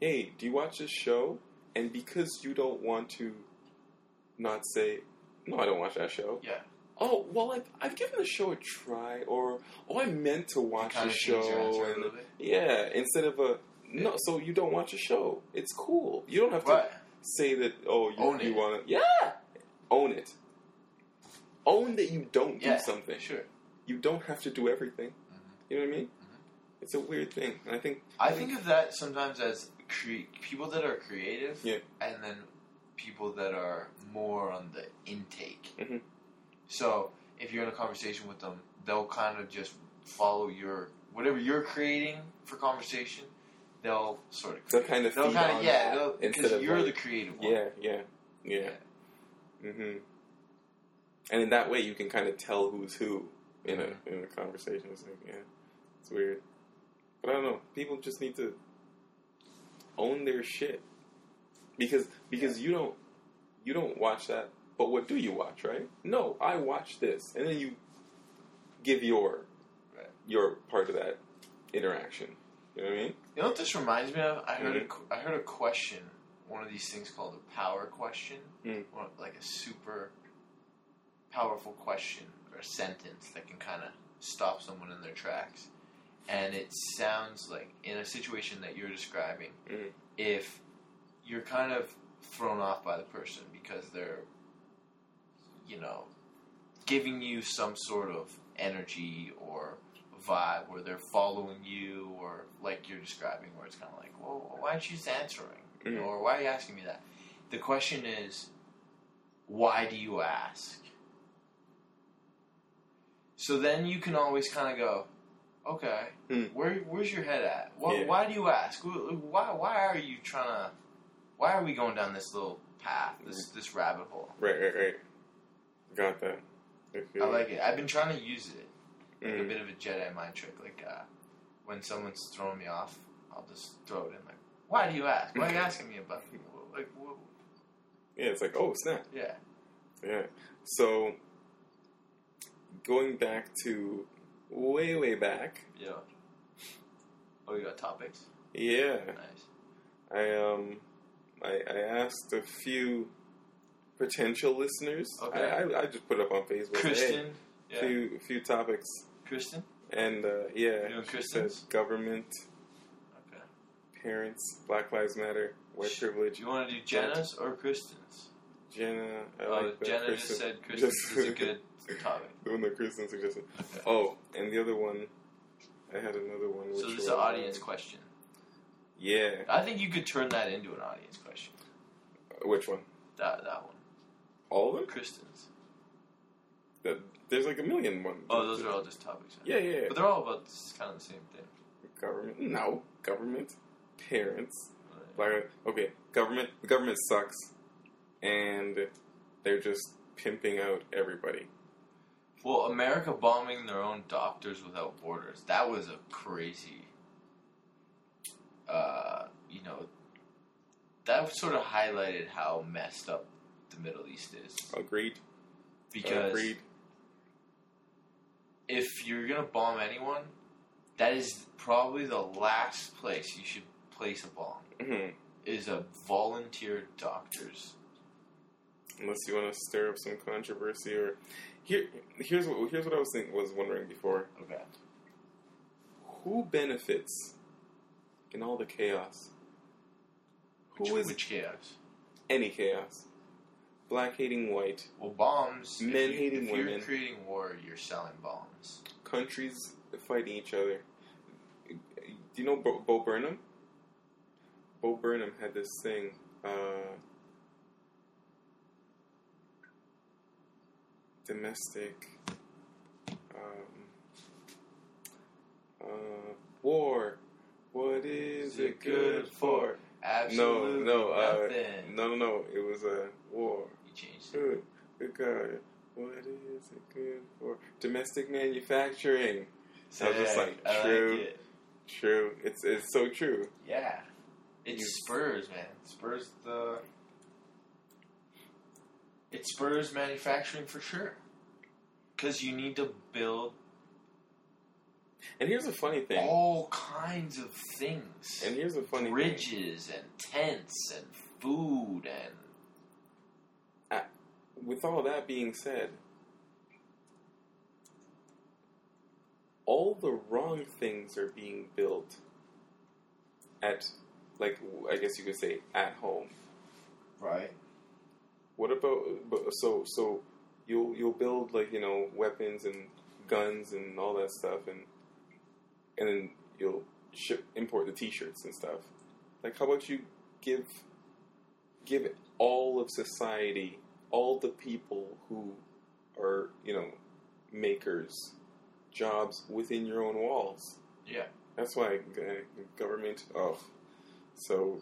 S1: Hey, do you watch this show? And because you don't want to not say, no, I don't watch that show.
S2: Yeah.
S1: Oh, well, I've, I've given the show a try, or, oh, I meant to watch
S2: Kind
S1: the
S2: of change your
S1: show.
S2: answer a
S1: and-
S2: little bit.
S1: yeah, instead of a no, so you don't watch a show. It's cool. You don't have to
S2: Right.
S1: say that. Oh, you,
S2: Own
S1: you
S2: it.
S1: want to? Yeah, own it. Own that you don't
S2: Yeah, Mm-hmm.
S1: do something.
S2: Sure.
S1: You don't have to do everything. You know what I mean?
S2: Mhm.
S1: It's a weird thing. And I think
S2: I think of that sometimes as cre- people that are creative,
S1: Yeah.
S2: and then people that are more on the intake.
S1: Mhm.
S2: So if you're in a conversation with them, they'll kind of just follow your whatever you're creating for conversation. They'll sort of
S1: They'll
S2: create.
S1: kind of
S2: they'll
S1: feed
S2: kind of
S1: on
S2: yeah
S1: that
S2: they'll-
S1: instead
S2: because
S1: of,
S2: you're the
S1: like-
S2: creative one.
S1: Yeah, yeah, yeah. hmm And in that way, you can kind of tell who's who in a in a conversation. It's like, yeah, it's weird, but I don't know. People just need to own their shit because because you don't you don't watch that. But what do you watch, right? No, I watch this, and then you give your
S2: Right.
S1: your part of that interaction. You know what I mean?
S2: You know what this reminds me of? I heard a qu- I heard a question, one of these things called a power question,
S1: Mm.
S2: or like a super powerful question or sentence that can kind of stop someone in their tracks. And it sounds like in a situation that you're describing,
S1: Mhm.
S2: if you're kind of thrown off by the person because they're, you know, giving you some sort of energy or vibe where they're following you or like you're describing where it's kind of like well why aren't you just answering
S1: Mhm.
S2: or why are you asking me that the question is why do you ask so then you can always kind of go okay
S1: Mm.
S2: where, where's your head at why,
S1: Yeah.
S2: why do you ask Wh- why, why are you trying to why are we going down this little path this, this rabbit hole
S1: Right, right, right. Got that.
S2: I like it. I've been trying to use it like a
S1: Mhm.
S2: bit of a Jedi mind trick. Like uh, when someone's throwing me off, I'll just throw it in. Like, why do you ask? Why are you asking me about? Like, wh-
S1: Yeah, it's like, oh snap.
S2: yeah,
S1: Yeah. So going back to way, way back.
S2: yeah. Oh, you got topics.
S1: Yeah.
S2: Nice.
S1: I um I, I asked a few potential listeners.
S2: Okay.
S1: I, I, I just put up on Facebook
S2: Kristen,
S1: hey,
S2: yeah,
S1: few few topics.
S2: Kristen.
S1: And uh yeah.
S2: You doing
S1: she
S2: Kristen's?
S1: said government,
S2: Okay.
S1: parents, Black Lives Matter, white
S2: Sh- Do
S1: privilege,
S2: you want to do Jenna's or Kristen's?
S1: Jenna I
S2: Oh,
S1: like the
S2: Jenna
S1: Kristen-
S2: just said Kristen's is a good topic.
S1: the one that Kristen suggested.
S2: Okay.
S1: Oh, and the other one I had another one which
S2: so this is
S1: was,
S2: an audience question.
S1: Yeah.
S2: I think you could turn that into an audience question.
S1: Which one?
S2: That that one,
S1: All of them?
S2: Kristen's.
S1: That- There's like a million one.
S2: Oh, those are all just topics.
S1: Yeah, yeah. yeah.
S2: But they're all about this, kind of the same thing.
S1: government. No, government. Parents.
S2: Right.
S1: Like, okay, government. The government sucks, and they're just pimping out everybody.
S2: Well, America bombing their own doctors without borders. That was a crazy, uh, you know, that sort of highlighted how messed up the Middle East is.
S1: Agreed.
S2: Because
S1: Agreed.
S2: if you're going to bomb anyone, that is probably the last place you should place a bomb,
S1: Mhm.
S2: is a volunteer doctor's.
S1: Unless you want to stir up some controversy or here. Here's what. Here's what I was thinking. Was wondering before.
S2: Okay.
S1: Who benefits in all the chaos?
S2: Which,
S1: Who is
S2: which chaos?
S1: any chaos? Black hating white.
S2: Well, bombs. if
S1: Men
S2: you-
S1: hating
S2: if You're
S1: women.
S2: creating war. You're selling bombs.
S1: countries fighting each other. Do you know Bo, Bo Burnham? Bo Burnham had this thing. Uh, domestic um, uh, war. What is it good for?
S2: Absolutely
S1: no, uh,
S2: nothing.
S1: No, no, no. It was a war.
S2: You changed it.
S1: Good, good God. What is it good for? Domestic manufacturing. I was just like,
S2: I
S1: true.
S2: it.
S1: True. It's it's so true.
S2: Yeah. It
S1: You-
S2: spurs, man. It spurs the. It spurs manufacturing for sure. Because you need to build
S1: And here's a funny thing.
S2: all kinds of things
S1: and here's a funny thing.
S2: bridges and tents and food and.
S1: With all that being said, all the wrong things are being built at, like I guess you could say, at home.
S2: Right.
S1: What about but- so so? You'll you'll build like you know weapons and guns and all that stuff, and and then you'll ship import the T-shirts and stuff. Like, how about you give give all of society, all the people who are you know makers, jobs within your own walls.
S2: Yeah.
S1: That's why uh, government. Oh, so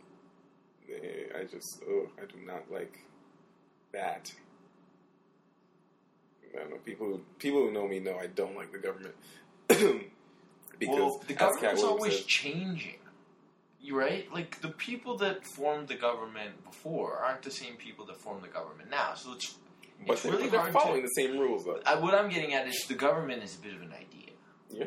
S1: eh, I just oh I do not like that. I don't know people who, people who know me know I don't like the government because
S2: well, the
S1: as Cat
S2: government's
S1: Williams
S2: always
S1: said-
S2: changing. You right? Like the people that formed the government before aren't the same people that form the government now. So it's
S1: but
S2: it's
S1: they're,
S2: really
S1: they're
S2: hard to-
S1: following the same rules though.
S2: I, what I'm getting at is the government is a bit of an idea.
S1: Yeah.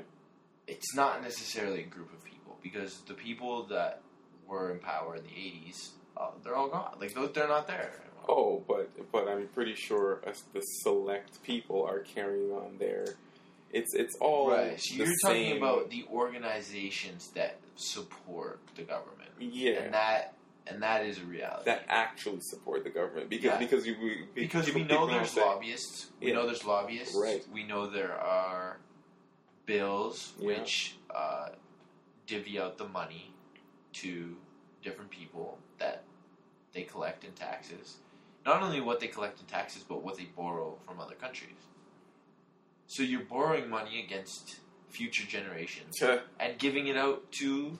S2: It's not necessarily a group of people because the people that were in power in the '80s, uh, they're all gone. Like those, they're not there. Anymore.
S1: Oh, but but I'm pretty sure us, the select people are carrying on their. It's it's all
S2: right. So
S1: Oh, the
S2: you're talking
S1: same-
S2: about the organizations that support the government,
S1: yeah
S2: and that and that is a reality.
S1: that actually support the government because
S2: Yeah.
S1: because you we,
S2: because we
S1: people
S2: know there's
S1: say-
S2: lobbyists. We
S1: Yeah.
S2: know there's lobbyists.
S1: Right.
S2: We know there are bills
S1: Yeah.
S2: which uh, divvy out the money to different people that they collect in taxes. Not only what they collect in taxes, but what they borrow from other countries. So you're borrowing money against future generations and giving it out to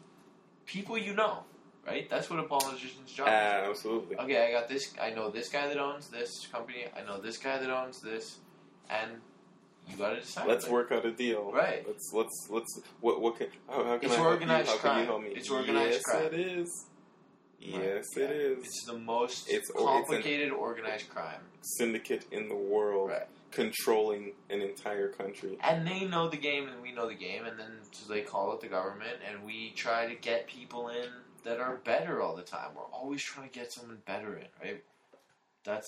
S2: people you know, right? That's what a politician's job is.
S1: absolutely
S2: Okay, I got this. I know this guy that owns this company. I know this guy that owns this, and you got to decide.
S1: let's
S2: like,
S1: work out a deal
S2: Right.
S1: let's let's let's what what can how, how can
S2: It's
S1: I help
S2: organized
S1: you? how can
S2: crime.
S1: you help me
S2: It's organized
S1: yes
S2: crime.
S1: it is
S2: Right,
S1: yes
S2: yeah.
S1: it is
S2: It's the most
S1: It's or- it's an-
S2: complicated organized crime,
S1: syndicate in the world
S2: right?
S1: controlling an entire country
S2: And they know the game, and we know the game, and then so they call it the government, and we try to get people in that are better all the time. We're always trying to get someone better in, right? That's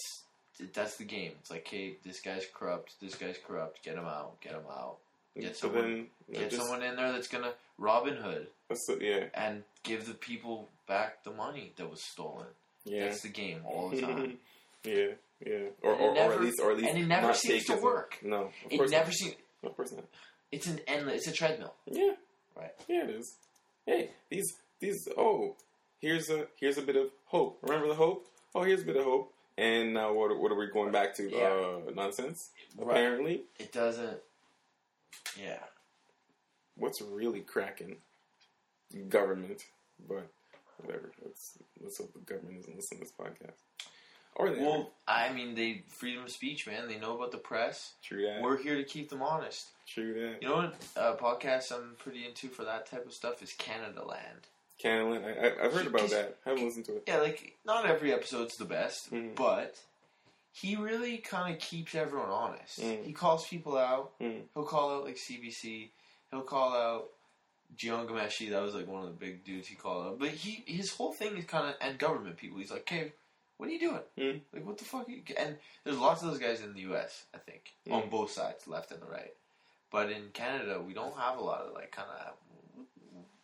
S2: that's the game. It's like, hey, this guy's corrupt. This guy's corrupt. Get him out. Get him out. Get
S1: so
S2: someone-
S1: then
S2: Get
S1: just-
S2: someone in there that's gonna Robin Hood.
S1: so- yeah
S2: and give the people back the money that was stolen.
S1: yeah
S2: That's the game all the time.
S1: yeah yeah or
S2: And
S1: or, or
S2: it
S1: at
S2: never-
S1: least or at least
S2: and it never
S1: not
S2: seems
S1: take
S2: to
S1: as-
S2: work.
S1: no of
S2: It
S1: course
S2: never
S1: not.
S2: seems.
S1: of course not
S2: It's an endless. It's a treadmill.
S1: Yeah.
S2: Right.
S1: Yeah, it is. Hey, these these oh, here's a here's a bit of hope. Remember the hope? Oh, here's a bit of hope. And now what what are we going back to? Uh, nonsense.
S2: Right.
S1: Apparently,
S2: It doesn't. Yeah.
S1: what's really cracking? Government, but whatever. Let's let's hope the government doesn't listen to this podcast. Or they
S2: Well, I mean, they freedom of speech, man. They know about the press.
S1: are. true that.
S2: We're here to keep them honest.
S1: True that.
S2: You know what? Uh, podcasts I'm pretty into for that type of stuff is Canada Land.
S1: Canada, I, I, I've heard about
S2: Just-
S1: that. I haven't listened to it.
S2: Yeah, like not every episode's the best,
S1: Mhm.
S2: but he really kind of keeps everyone honest.
S1: Mm.
S2: He calls people out.
S1: Mm.
S2: He'll call out like CBC. He'll call out Gian Gameshi. That was like one of the big dudes he called out. But he his whole thing is kind of and government people. He's like, hey, what are you doing?
S1: Mm.
S2: Like, what the fuck? Are you, and there's lots of those guys in the U.S. I think
S1: Mm.
S2: on both sides, left and the right. But in Canada, we don't have a lot of like kind of.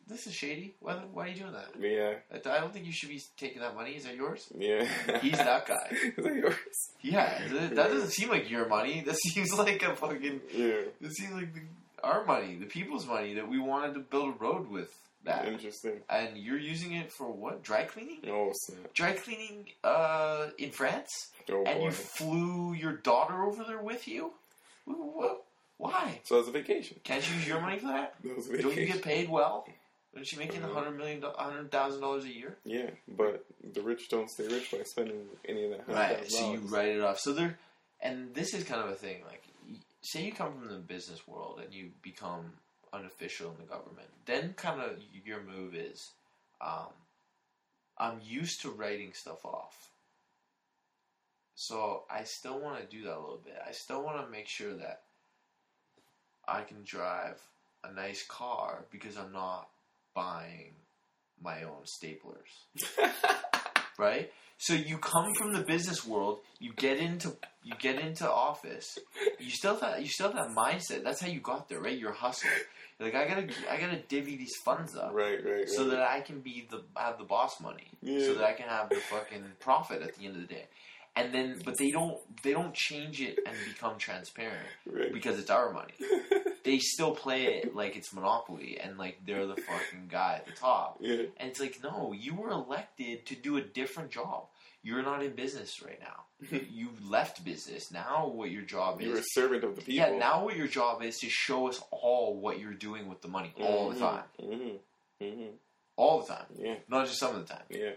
S2: This is shady. Why, why are you doing that?
S1: Yeah,
S2: I don't think you should be taking that money. Is that yours?
S1: yeah.
S2: He's that guy.
S1: Is that yours?
S2: Yeah, th- that doesn't seem like your money. That seems like a fucking.
S1: Yeah.
S2: That seems like the, our money, the people's money that we wanted to build a road with. That
S1: Interesting.
S2: and you're using it for what? Dry cleaning?
S1: Oh snap!
S2: Dry cleaning uh, in France,
S1: Oh
S2: and
S1: boy.
S2: you flew your daughter over there with you. What? Why?
S1: So it's a vacation.
S2: Can't you use your money for that?
S1: That was a
S2: Don't you
S1: vacation.
S2: get paid well? Isn't she making a
S1: Mhm.
S2: hundred million, a hundred thousand dollars a year?
S1: Yeah, but the rich don't stay rich by spending any of that.
S2: Right.
S1: $100,000.
S2: So you write it off. So there, and this is kind of a thing. Like, y- say you come from the business world and you become an official in the government, then kind of your move is, um, I'm used to writing stuff off. So I still want to do that a little bit. I still want to make sure that I can drive a nice car because I'm not buying my own staplers right? So you come from the business world, you get into you get into office. You still have that you still have that mindset. That's how you got there, right? You're hustling. You're like I gotta I gotta divvy these funds up
S1: right, right, right.
S2: so that I can be the have the boss money,
S1: Yeah.
S2: so that I can have the fucking profit at the end of the day. And then, but they don't they don't change it and become transparent
S1: right.
S2: because it's our money. They still play it like it's monopoly and like they're the fucking guy at the top.
S1: yeah,
S2: And it's like, no, you were elected to do a different job. you're not in business right now. You've left business. Now what your job
S1: You're a
S2: is
S1: servant of the people.
S2: Yeah, now what your job is to show us all what you're doing with the money all the
S1: Mhm.
S2: time.
S1: Mhm. Mhm.
S2: All the time.
S1: Yeah.
S2: Not just some of the time.
S1: Yeah.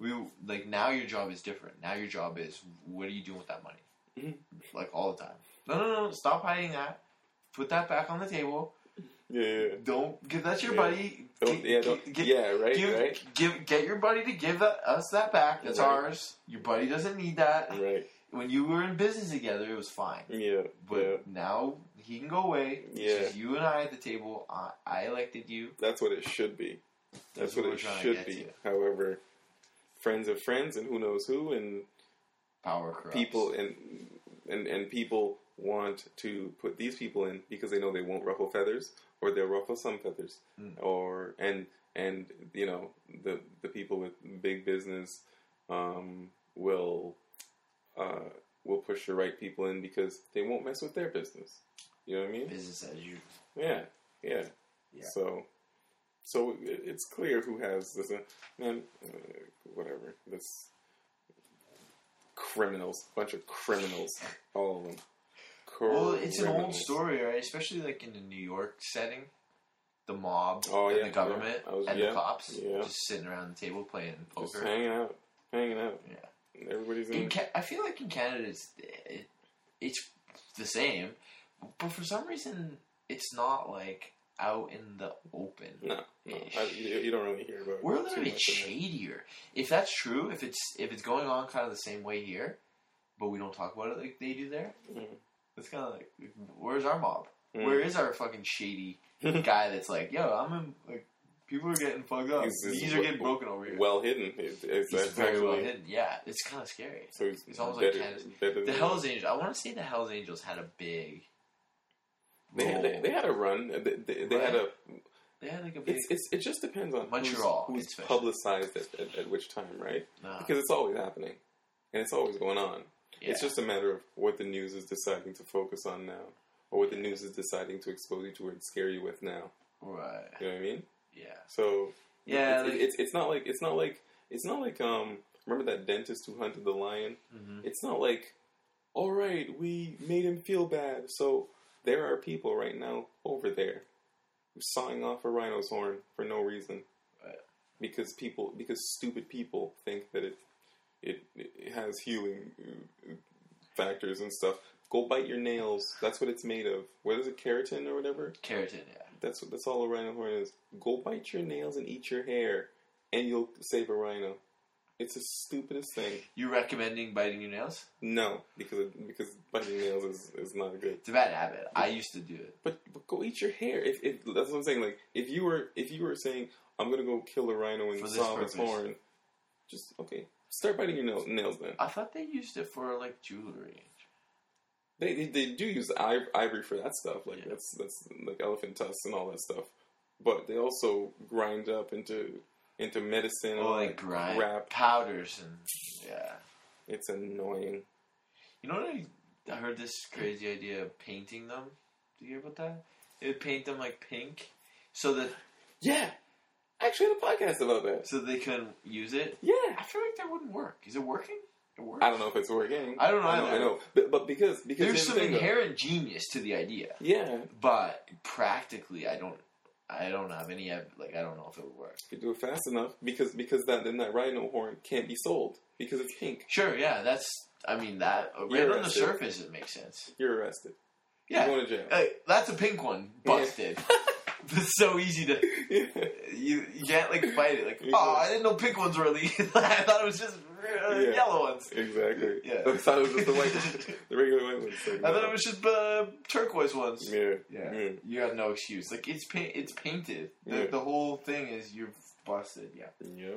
S2: We like now your job is different. Now your job is what are you doing with that money?
S1: Mhm.
S2: Like all the time. No, no, no. Stop hiding that. Put that back on the table.
S1: Yeah. yeah.
S2: Don't give that to your
S1: Yeah.
S2: buddy.
S1: Don't,
S2: Gi-
S1: yeah, don't,
S2: gi- gi-
S1: yeah, right,
S2: give,
S1: right,
S2: give, get your buddy to give that, us that back. That's
S1: Right.
S2: ours. Your buddy doesn't need that.
S1: right.
S2: When you were in business together, it was fine.
S1: Yeah,
S2: But
S1: yeah.
S2: now he can go away. It's
S1: Yeah.
S2: just you and I at the table. I, I elected you.
S1: That's what it should be. That's, what
S2: we're
S1: it
S2: trying to
S1: should
S2: get
S1: be.
S2: to.
S1: However, friends of friends, and who knows who, and
S2: Power corrupts.
S1: people and and and people want to put these people in because they know they won't ruffle feathers or they'll ruffle some feathers
S2: Mm.
S1: or and and you know the the people with big business um, will uh, will push the right people in because they won't mess with their business. You know what I mean?
S2: Business as usual.
S1: Yeah, yeah.
S2: Yeah.
S1: So, so it, it's clear who has this. uh, Man, uh, whatever. This criminals, bunch of criminals, all of them.
S2: Well, it's an old
S1: Criminals.
S2: story, right? Especially like in the New York setting, the mob
S1: Oh,
S2: and
S1: yeah,
S2: the government
S1: yeah. I was-
S2: and
S1: yeah,
S2: the cops
S1: yeah.
S2: just sitting around the table playing
S1: Just
S2: poker.
S1: hanging out, hanging out.
S2: Yeah.
S1: Everybody's
S2: In
S1: in.
S2: Ca- I feel like in Canada, it's it, it's the same, but for some reason, it's not like out in the open.
S1: No, no, I, you, you don't really hear about. it
S2: We're a
S1: too
S2: little bit
S1: much in
S2: shadier. If that's true, if it's if it's going on kind of the same way here, but we don't talk about it like they do there,
S1: Mhm.
S2: it's kind of like, where's our mob?
S1: there. Mm.
S2: Where is our fucking shady guy that's like, yo, I'm in, like, people are getting fucked up.
S1: He's- he's
S2: These are getting
S1: w-
S2: broken over here.
S1: well hidden? It, it's
S2: He's
S1: that's
S2: very well
S1: actually-
S2: hidden. Yeah, it's kind of scary.
S1: So it's,
S2: It's almost like
S1: better,
S2: Canada's-
S1: better
S2: The
S1: than-
S2: Hell's Angels. I want to say the Hell's Angels had a big.
S1: They had, they,
S2: role.
S1: they had a run. They, they, they had a
S2: They had like a big.
S1: It's, it's it just depends on
S2: Montreal, Uh-huh.
S1: who's, who's
S2: especially.
S1: publicized at, at, at which time, right?
S2: nah,
S1: Because it's always happening, and it's always going on.
S2: yeah.
S1: It's just a matter of what the news is deciding to focus on now, or what the news is deciding to expose you to and scare you with now.
S2: right.
S1: You know what I mean?
S2: Yeah.
S1: So
S2: Yeah.
S1: it's,
S2: like,
S1: it's it's not like it's not like it's not like um remember that dentist who hunted the lion?
S2: mhm.
S1: It's not like all right, we made him feel bad, so there are people right now over there sawing off a rhino's horn for no reason
S2: Right.
S1: because people because stupid people think that it it, it has healing uh, factors and stuff. Go bite your nails. That's what it's made of. What is it, keratin or whatever?
S2: Keratin. Yeah.
S1: That's what that's all a rhino horn is. Go bite your nails and eat your hair, and you'll save a rhino. It's the stupidest thing.
S2: You recommending biting your nails?
S1: No, because because biting nails is, is not good.
S2: It's a bad habit. I used to do it.
S1: But, but go eat your hair. If, if that's what I'm saying, like if you were if you were saying I'm gonna go kill a rhino
S2: For
S1: and
S2: this
S1: saw his
S2: purpose.
S1: horn, just okay. Start biting your nails, nails then.
S2: I thought they used it for like jewelry.
S1: They, they they do use iv- ivory for that stuff. Like
S2: Yeah.
S1: that's that's like elephant tusks and all that stuff. But they also grind up into into medicine. and
S2: Or
S1: all
S2: like
S1: that
S2: Oh, grind
S1: crap.
S2: powders and yeah.
S1: It's annoying.
S2: You know what I, I heard this crazy idea of painting them? Do you hear about that? They would paint them like pink so that
S1: Yeah, I actually had a podcast about that.
S2: so they couldn't use it.
S1: Yeah,
S2: I feel like that wouldn't work. Is it working? It works.
S1: I don't know if it's working.
S2: I don't know
S1: I know,
S2: either.
S1: I know. But, but because because
S2: There's
S1: here's the
S2: some
S1: thing, though.
S2: inherent genius to the idea,
S1: yeah,
S2: but practically, I don't. I don't have any. ev- Like I don't know if it would work.
S1: if you do it fast enough, because because that then that rhino horn can't be sold because it's pink.
S2: Sure. Yeah. That's. I mean that right
S1: You're
S2: on the
S1: arrested.
S2: surface, it makes sense.
S1: You're arrested.
S2: Yeah. Uh,
S1: You're going to jail.
S2: Hey, that's a pink one. Busted. It's so easy to
S1: yeah.
S2: you, you can't like fight it. Like,
S1: Yeah.
S2: oh, I didn't know pink ones were illegal. I thought it was just uh,
S1: Yeah.
S2: yellow ones.
S1: Exactly.
S2: Yeah.
S1: I thought it was just the white, the regular white ones. Like,
S2: I thought it was just uh, turquoise ones.
S1: Yeah.
S2: Yeah.
S1: Yeah.
S2: you have no excuse. Like it's pa- it's painted. The,
S1: Yeah.
S2: the whole thing is you're busted. Yeah,
S1: Yeah.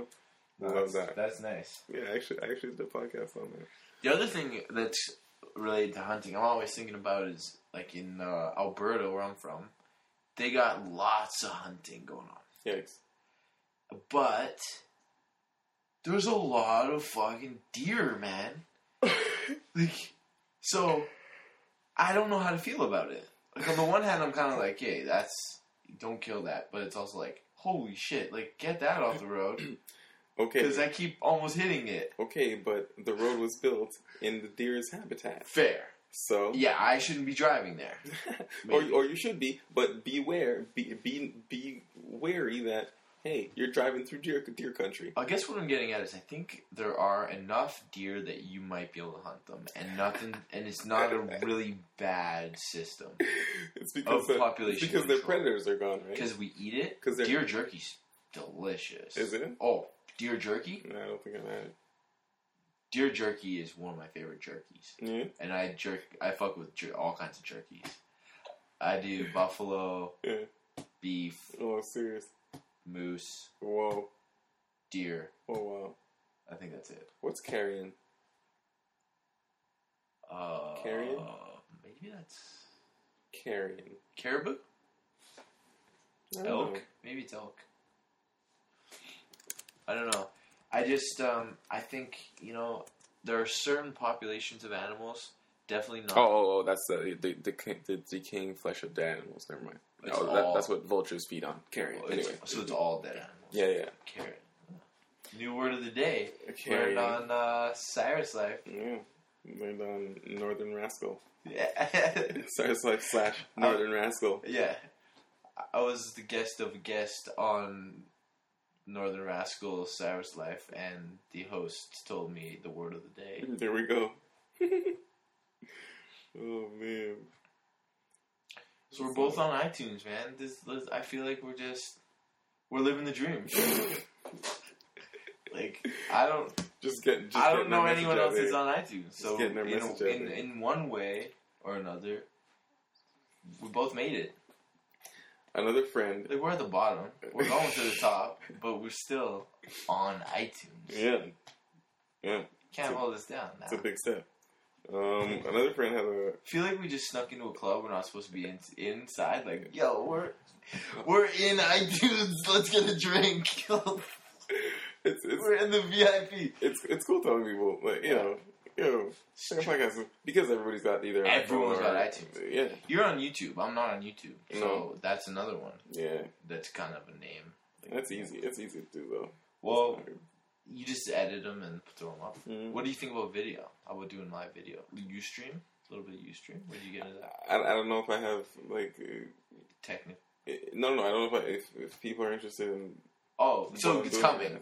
S1: Love that.
S2: That's nice.
S1: Yeah, actually, I actually did a podcast on that.
S2: The other thing that's related to hunting, I'm always thinking about is like in uh, Alberta, where I'm from, they got lots of hunting going on.
S1: Yikes.
S2: but there's a lot of fucking deer, man. like, so I don't know how to feel about it. Like, on the one hand, I'm kind of like, hey, that's don't kill that, but it's also like, holy shit, like get that off the road.
S1: Okay,
S2: because I keep almost hitting it.
S1: okay, but the road was built in the deer's habitat.
S2: Fair.
S1: So,
S2: Yeah, I shouldn't be driving there.
S1: or,
S2: Maybe.
S1: or you should be, but beware, be be be wary that hey, you're driving through deer deer country.
S2: I guess what I'm getting at is I think there are enough deer that you might be able to hunt them, and nothing, and it's not a really bad system
S1: It's because
S2: Of
S1: the-
S2: population
S1: because their
S2: control.
S1: predators are gone, right?
S2: because we eat it.
S1: 'Cause they're-
S2: deer jerky's delicious.
S1: Is it?
S2: Oh, deer jerky!
S1: No, I don't think I'm at it.
S2: Deer jerky is one of my favorite jerkies,
S1: Yeah,
S2: and I jerk. I fuck with jer- all kinds of jerkies. I do buffalo,
S1: yeah.
S2: beef,
S1: Oh, I'm serious.
S2: moose,
S1: Whoa.
S2: deer.
S1: Oh wow.
S2: I think that's it.
S1: What's carrion?
S2: Uh,
S1: Carrion?
S2: Maybe that's
S1: Carrion.
S2: caribou.
S1: I don't
S2: Elk?
S1: know.
S2: Maybe it's elk. I don't know. I just, um, I think, you know, there are certain populations of animals, definitely not.
S1: Oh, oh, oh, that's the the, the ca- the decaying flesh of dead animals. Never mind.
S2: It's
S1: Oh, that,
S2: all-
S1: that's what vultures feed on. Carrion.
S2: it's-
S1: Anyway.
S2: So it's all dead animals.
S1: Yeah, yeah.
S2: Carrot. New word of the day.
S1: Carrion.
S2: Learned on uh, Cyrus Life.
S1: Yeah. Learned on Northern Rascal.
S2: Yeah.
S1: Stars Life slash Northern Rascal.
S2: yeah. I- I was the guest of a guest on Northern Rascal Cyrus Life, and the host told me the word of the day.
S1: There we go. oh man.
S2: So we're both on iTunes, man. This, this I feel like we're just we're living the dream. like I don't
S1: just get. Just
S2: I
S1: getting
S2: don't know
S1: that
S2: anyone
S1: message out
S2: else that's
S1: there.
S2: on iTunes. So
S1: getting
S2: in,
S1: our message out
S2: in,
S1: there.
S2: in one way or another, we both made it.
S1: Another friend.
S2: Like we're at the bottom. We're going to the top, but we're still on iTunes.
S1: Yeah. Yeah. It's
S2: Can't
S1: a-
S2: hold us down
S1: It's a
S2: now.
S1: big step. Um, another friend had a
S2: feel like we just snuck into a club we're not supposed to be in, inside. Like, yo, we're we're in iTunes. Let's get a drink.
S1: it's it's
S2: We're in the VIP.
S1: it's it's cool telling people like you know you know share podcasts because everybody's got either an
S2: Everyone's
S1: iPhone
S2: got
S1: or-
S2: iTunes.
S1: Yeah,
S2: You're on YouTube. I'm not on YouTube, so
S1: No.
S2: that's another one.
S1: yeah,
S2: That's kind of a name.
S1: that's easy. It's easy to do though.
S2: Well, you just edit them and throw them up.
S1: Mhm.
S2: What do you think about video? How about doing live video? UStream, a little bit of UStream. Where'd you get into that?
S1: I, I don't know if I have like uh,
S2: Technic.
S1: no no I don't know if I, if, if people are interested in
S2: Oh, so
S1: Well,
S2: it's
S1: doing
S2: coming.
S1: that.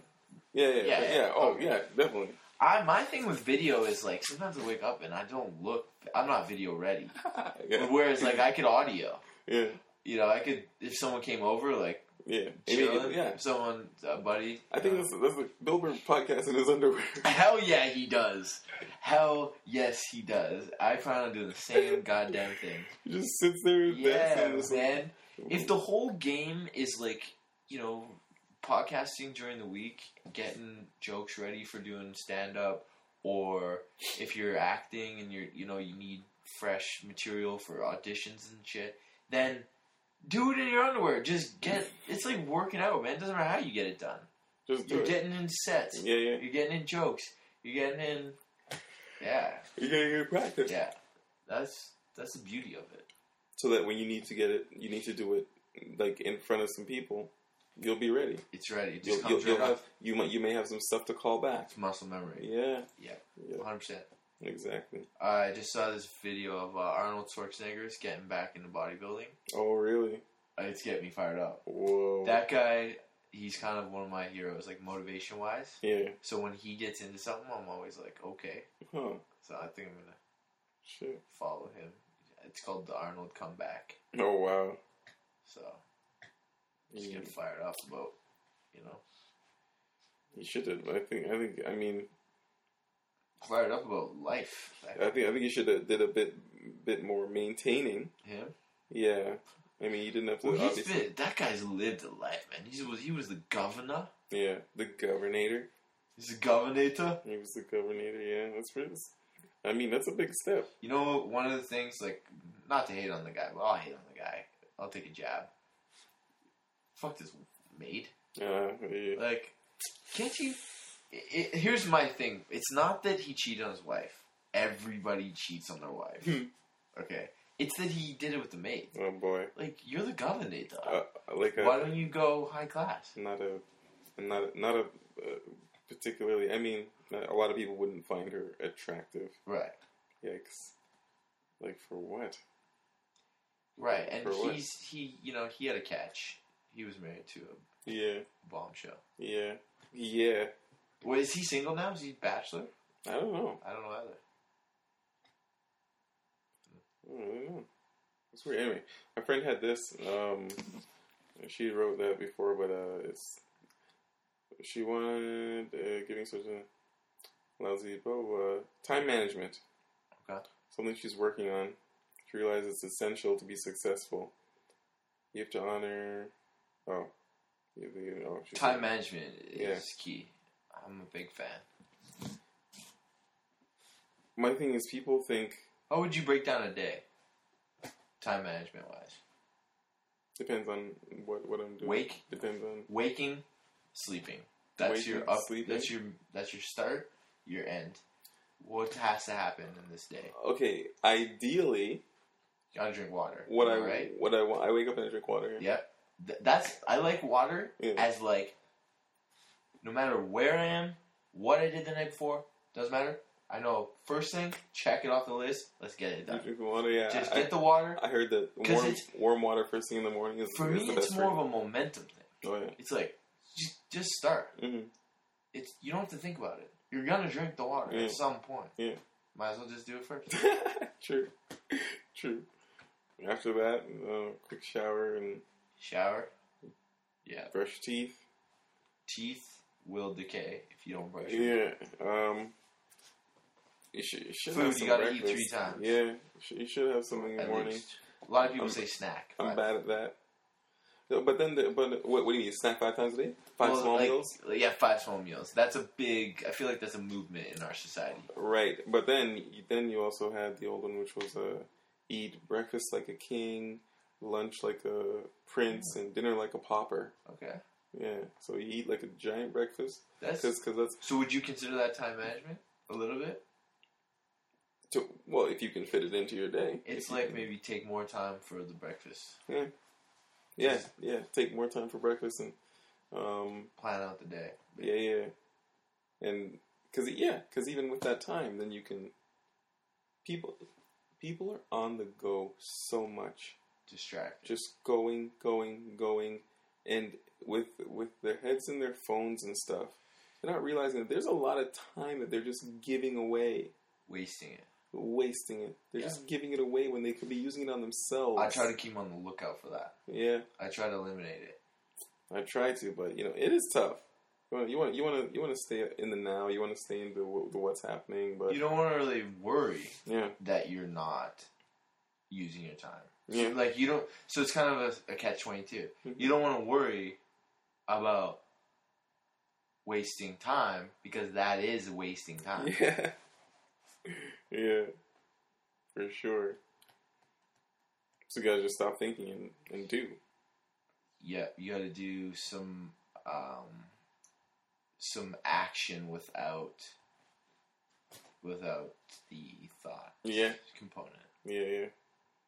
S1: yeah yeah yeah,
S2: Yeah.
S1: yeah. oh yeah definitely
S2: I my thing with video is like sometimes I wake up and I don't look. I'm not video ready.
S1: yeah
S2: Whereas like I could audio.
S1: yeah
S2: You know, I could if someone came over like
S1: yeah Maybe-
S2: chilling,
S1: yeah
S2: someone a buddy.
S1: I think
S2: you know.
S1: that's that's the Billboard podcast in his underwear.
S2: Hell yeah, he does. Hell yes, he does. I plan on doing the same goddamn thing.
S1: he just sits there
S2: Yeah,
S1: dancing.
S2: man. If the whole game is like, you know, podcasting during the week, getting jokes ready for doing stand up, or if you're acting and you're, you know, you need fresh material for auditions and shit, then do it in your underwear. Just get. It's like working out, man. doesn't matter how you get it done.
S1: just do
S2: You're
S1: it.
S2: getting in sets.
S1: yeah yeah
S2: You're getting in jokes. You're getting in. Yeah,
S1: you gotta get practice
S2: yeah. That's that's the beauty of it.
S1: so that when you need to get it you need to do it like in front of some people you'll be ready.
S2: It's ready. It
S1: You'll,
S2: just
S1: you'll,
S2: comes
S1: you'll
S2: right off.
S1: have you might you may have some stuff to call back.
S2: It's muscle memory.
S1: Yeah,
S2: Yeah,
S1: Yeah.
S2: hundred percent.
S1: exactly.
S2: I just saw this video of uh, Arnold Schwarzenegger's getting back into bodybuilding.
S1: Oh really?
S2: Uh, It's getting me fired up.
S1: Whoa.
S2: That guy, he's kind of one of my heroes, like motivation wise.
S1: yeah.
S2: So when he gets into something, I'm always like, okay.
S1: Huh.
S2: So I think I'm gonna
S1: Shit.
S2: follow him. It's called the Arnold Comeback.
S1: Oh wow.
S2: So just
S1: You,
S2: get fired up about, you know.
S1: you should have. I think. I think. I mean.
S2: fired up about life.
S1: I think. I think you should have did a bit. Bit more maintaining.
S2: Him?
S1: Yeah. I mean, you didn't have to.
S2: Well, he's
S1: obviously.
S2: been, that guy's lived a life, man. He was he was the governor.
S1: Yeah. The governor.
S2: He's the governator.
S1: He was the governor. Yeah. That's pretty. I mean, that's a big step.
S2: You know, one of the things, like, not to hate on the guy, but I'll hate on the guy. I'll take a jab. Fuck this maid.
S1: Uh, yeah.
S2: Like, can't you? i i here's my thing. It's not that he cheated on his wife. Everybody cheats on their wife.
S1: Hmm.
S2: okay. It's that he did it with the maid.
S1: Oh boy.
S2: Like, you're the governor.
S1: Uh, like a
S2: Why don't you go high class?
S1: not a and not not a uh, particularly. I mean, not- a lot of people wouldn't find her attractive.
S2: Right.
S1: Yikes! Like for what?
S2: Right. And
S1: For what?
S2: he's he you know, he had a catch. He was married to a
S1: Yeah,
S2: bombshell.
S1: yeah, yeah.
S2: Wait, is he single now? Is he bachelor?
S1: I don't know.
S2: I don't know either.
S1: I don't really know. It's Mm-hmm. weird. Anyway, my friend had this. Um, she wrote that before, but uh, it's she wanted uh, giving such a lousy boa time management.
S2: Okay.
S1: Something she's working on. She realizes it's essential to be successful. You have to honor. Oh, you have to, oh she's
S2: Time management is
S1: Yeah.
S2: key. I'm a big fan.
S1: My thing is, people think
S2: How would you break down a day? Time management wise.
S1: depends on what what I'm doing.
S2: Wake,
S1: depends on
S2: waking, sleeping. That's
S1: Waking,
S2: your up
S1: sleeping.
S2: that's your that's your start, your end. What has to happen in this day?
S1: okay. Ideally,
S2: You gotta drink water.
S1: what I
S2: right?
S1: what I want, I wake up and I drink water.
S2: Yep. Th- that's I like water
S1: Yeah.
S2: as like no matter where I am, what I did the night before, doesn't matter. I know first thing, check it off the list. Let's get it
S1: You
S2: done.
S1: drink water, yeah.
S2: Just
S1: I,
S2: get the water.
S1: I heard that
S2: 'Cause
S1: warm
S2: it's-
S1: warm water first thing in the morning is
S2: For
S1: is
S2: me,
S1: the
S2: it's
S1: best
S2: more of a momentum thing.
S1: for you. Oh
S2: It's like just, just start.
S1: yeah. hmm
S2: It's you don't have to think about it. You're gonna drink the water
S1: Yeah.
S2: at some point.
S1: Yeah.
S2: Might as well just do it first.
S1: Mm-hmm. true, true. After that, uh, quick shower and
S2: Shower. Yeah.
S1: brush teeth.
S2: Teeth will decay if you don't brush. them.
S1: Yeah. Um, you should, you should
S2: Food,
S1: have
S2: you
S1: some
S2: gotta eat
S1: breakfast.
S2: three times.
S1: Yeah, you should- you should have something in the
S2: At
S1: morning.
S2: least. A lot of people
S1: I'm-
S2: say snack.
S1: I'm
S2: but-
S1: bad at that. No, But then, the, but what, what do you mean? Snack five times a day? Five
S2: Well,
S1: small
S2: like-
S1: meals?
S2: Yeah, five small meals. That's a big. I feel like that's a movement in our society.
S1: Right, but then then you also had the old one, which was uh, eat breakfast like a king, lunch like a prince, and dinner like a pauper.
S2: Okay,
S1: Yeah, so you eat like a giant breakfast
S2: that's
S1: because that's
S2: so. Would you consider that time management a little bit?
S1: to, well if you can fit it into your day.
S2: It's
S1: If you
S2: like
S1: can-
S2: maybe take more time for the breakfast,
S1: yeah, yeah. Take more time for breakfast and um,
S2: plan out the day.
S1: yeah, yeah, and because yeah, because even with that time, then you can people people are on the go so much.
S2: Distract.
S1: just going, going, going, and with with their heads in their phones and stuff. They're not realizing that there's a lot of time that they're just giving away,
S2: wasting it.
S1: wasting it. They're
S2: Yeah.
S1: just giving it away when they could be using it on themselves.
S2: I try to keep on the lookout for that.
S1: Yeah,
S2: I try to eliminate it.
S1: I try to, but you know it is tough. You want you want you want to you want to stay in the now. You want to stay in the, wh- the what's happening, but
S2: You don't want to really worry
S1: yeah,
S2: that you're not using your time.
S1: yeah,
S2: Like you don't. So it's kind of a, a catch twenty two.
S1: Mhm.
S2: You don't want to worry about wasting time because that is wasting time.
S1: yeah, yeah, for sure. So you gotta just stop thinking and, and do.
S2: Yeah, you got to do some um, some action without without the thought
S1: Yeah.
S2: component.
S1: Yeah, yeah.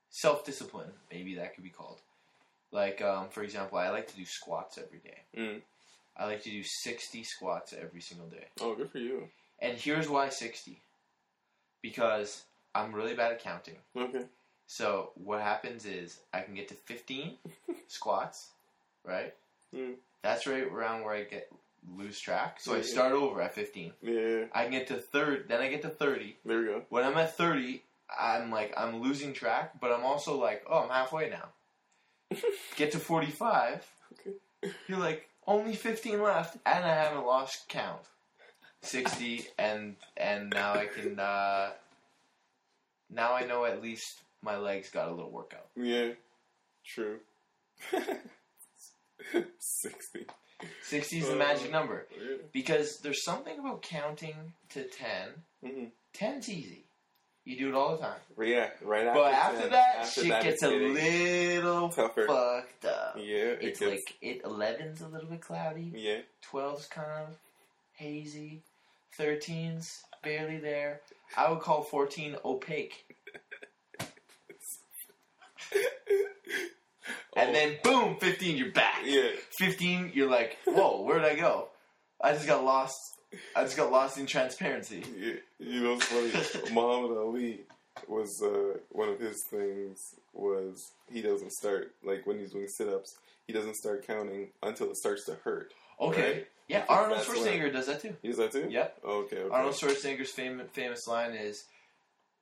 S2: Self discipline, maybe that could be called. Like um, for example, I like to do squats every day.
S1: Mm.
S2: I like to do sixty squats every single day.
S1: Oh, good for you.
S2: And here's why 60. Because I'm really bad at counting.
S1: Okay.
S2: So what happens is I can get to 15 squats, right?
S1: Mm.
S2: That's right around where I get lose track. So I
S1: Yeah.
S2: start over at 15.
S1: Yeah,
S2: I can get to third, then I get to 30.
S1: there we go.
S2: When I'm at 30, I'm like I'm losing track, but I'm also like, oh, I'm halfway now. get to 45.
S1: Okay.
S2: You're like only 15 left, and I haven't lost count. 60, and and now I can. Uh, now I know at least my legs got a little workout.
S1: Yeah, true. 60.
S2: 60 is the magic number because there's something about counting to 10.
S1: Mm-hmm.
S2: 10's easy. You do it all the time.
S1: Yeah, right after
S2: but after
S1: 10,
S2: that,
S1: after
S2: shit
S1: that,
S2: gets
S1: it's
S2: a
S1: getting
S2: little
S1: tougher.
S2: fucked up.
S1: Yeah, it
S2: It's
S1: gets.
S2: like it 11's a little bit cloudy.
S1: yeah,
S2: 12's kind of hazy, 13's barely there. I would call 14 opaque. and
S1: Oh.
S2: then boom, fifteen, you're back.
S1: Yeah.
S2: Fifteen, you're like, whoa, where did I go? I just got lost. I just got lost in transparency.
S1: You, you know, it's funny. Muhammad Ali was uh, one of his things was he doesn't start like when he's doing sit-ups, he doesn't start counting until it starts to hurt.
S2: Okay,
S1: Right.
S2: yeah,
S1: Because
S2: Arnold
S1: that's
S2: Schwarzenegger does that too.
S1: Is that too?
S2: Yep.
S1: Okay. okay.
S2: Arnold Schwarzenegger's fam- famous line is,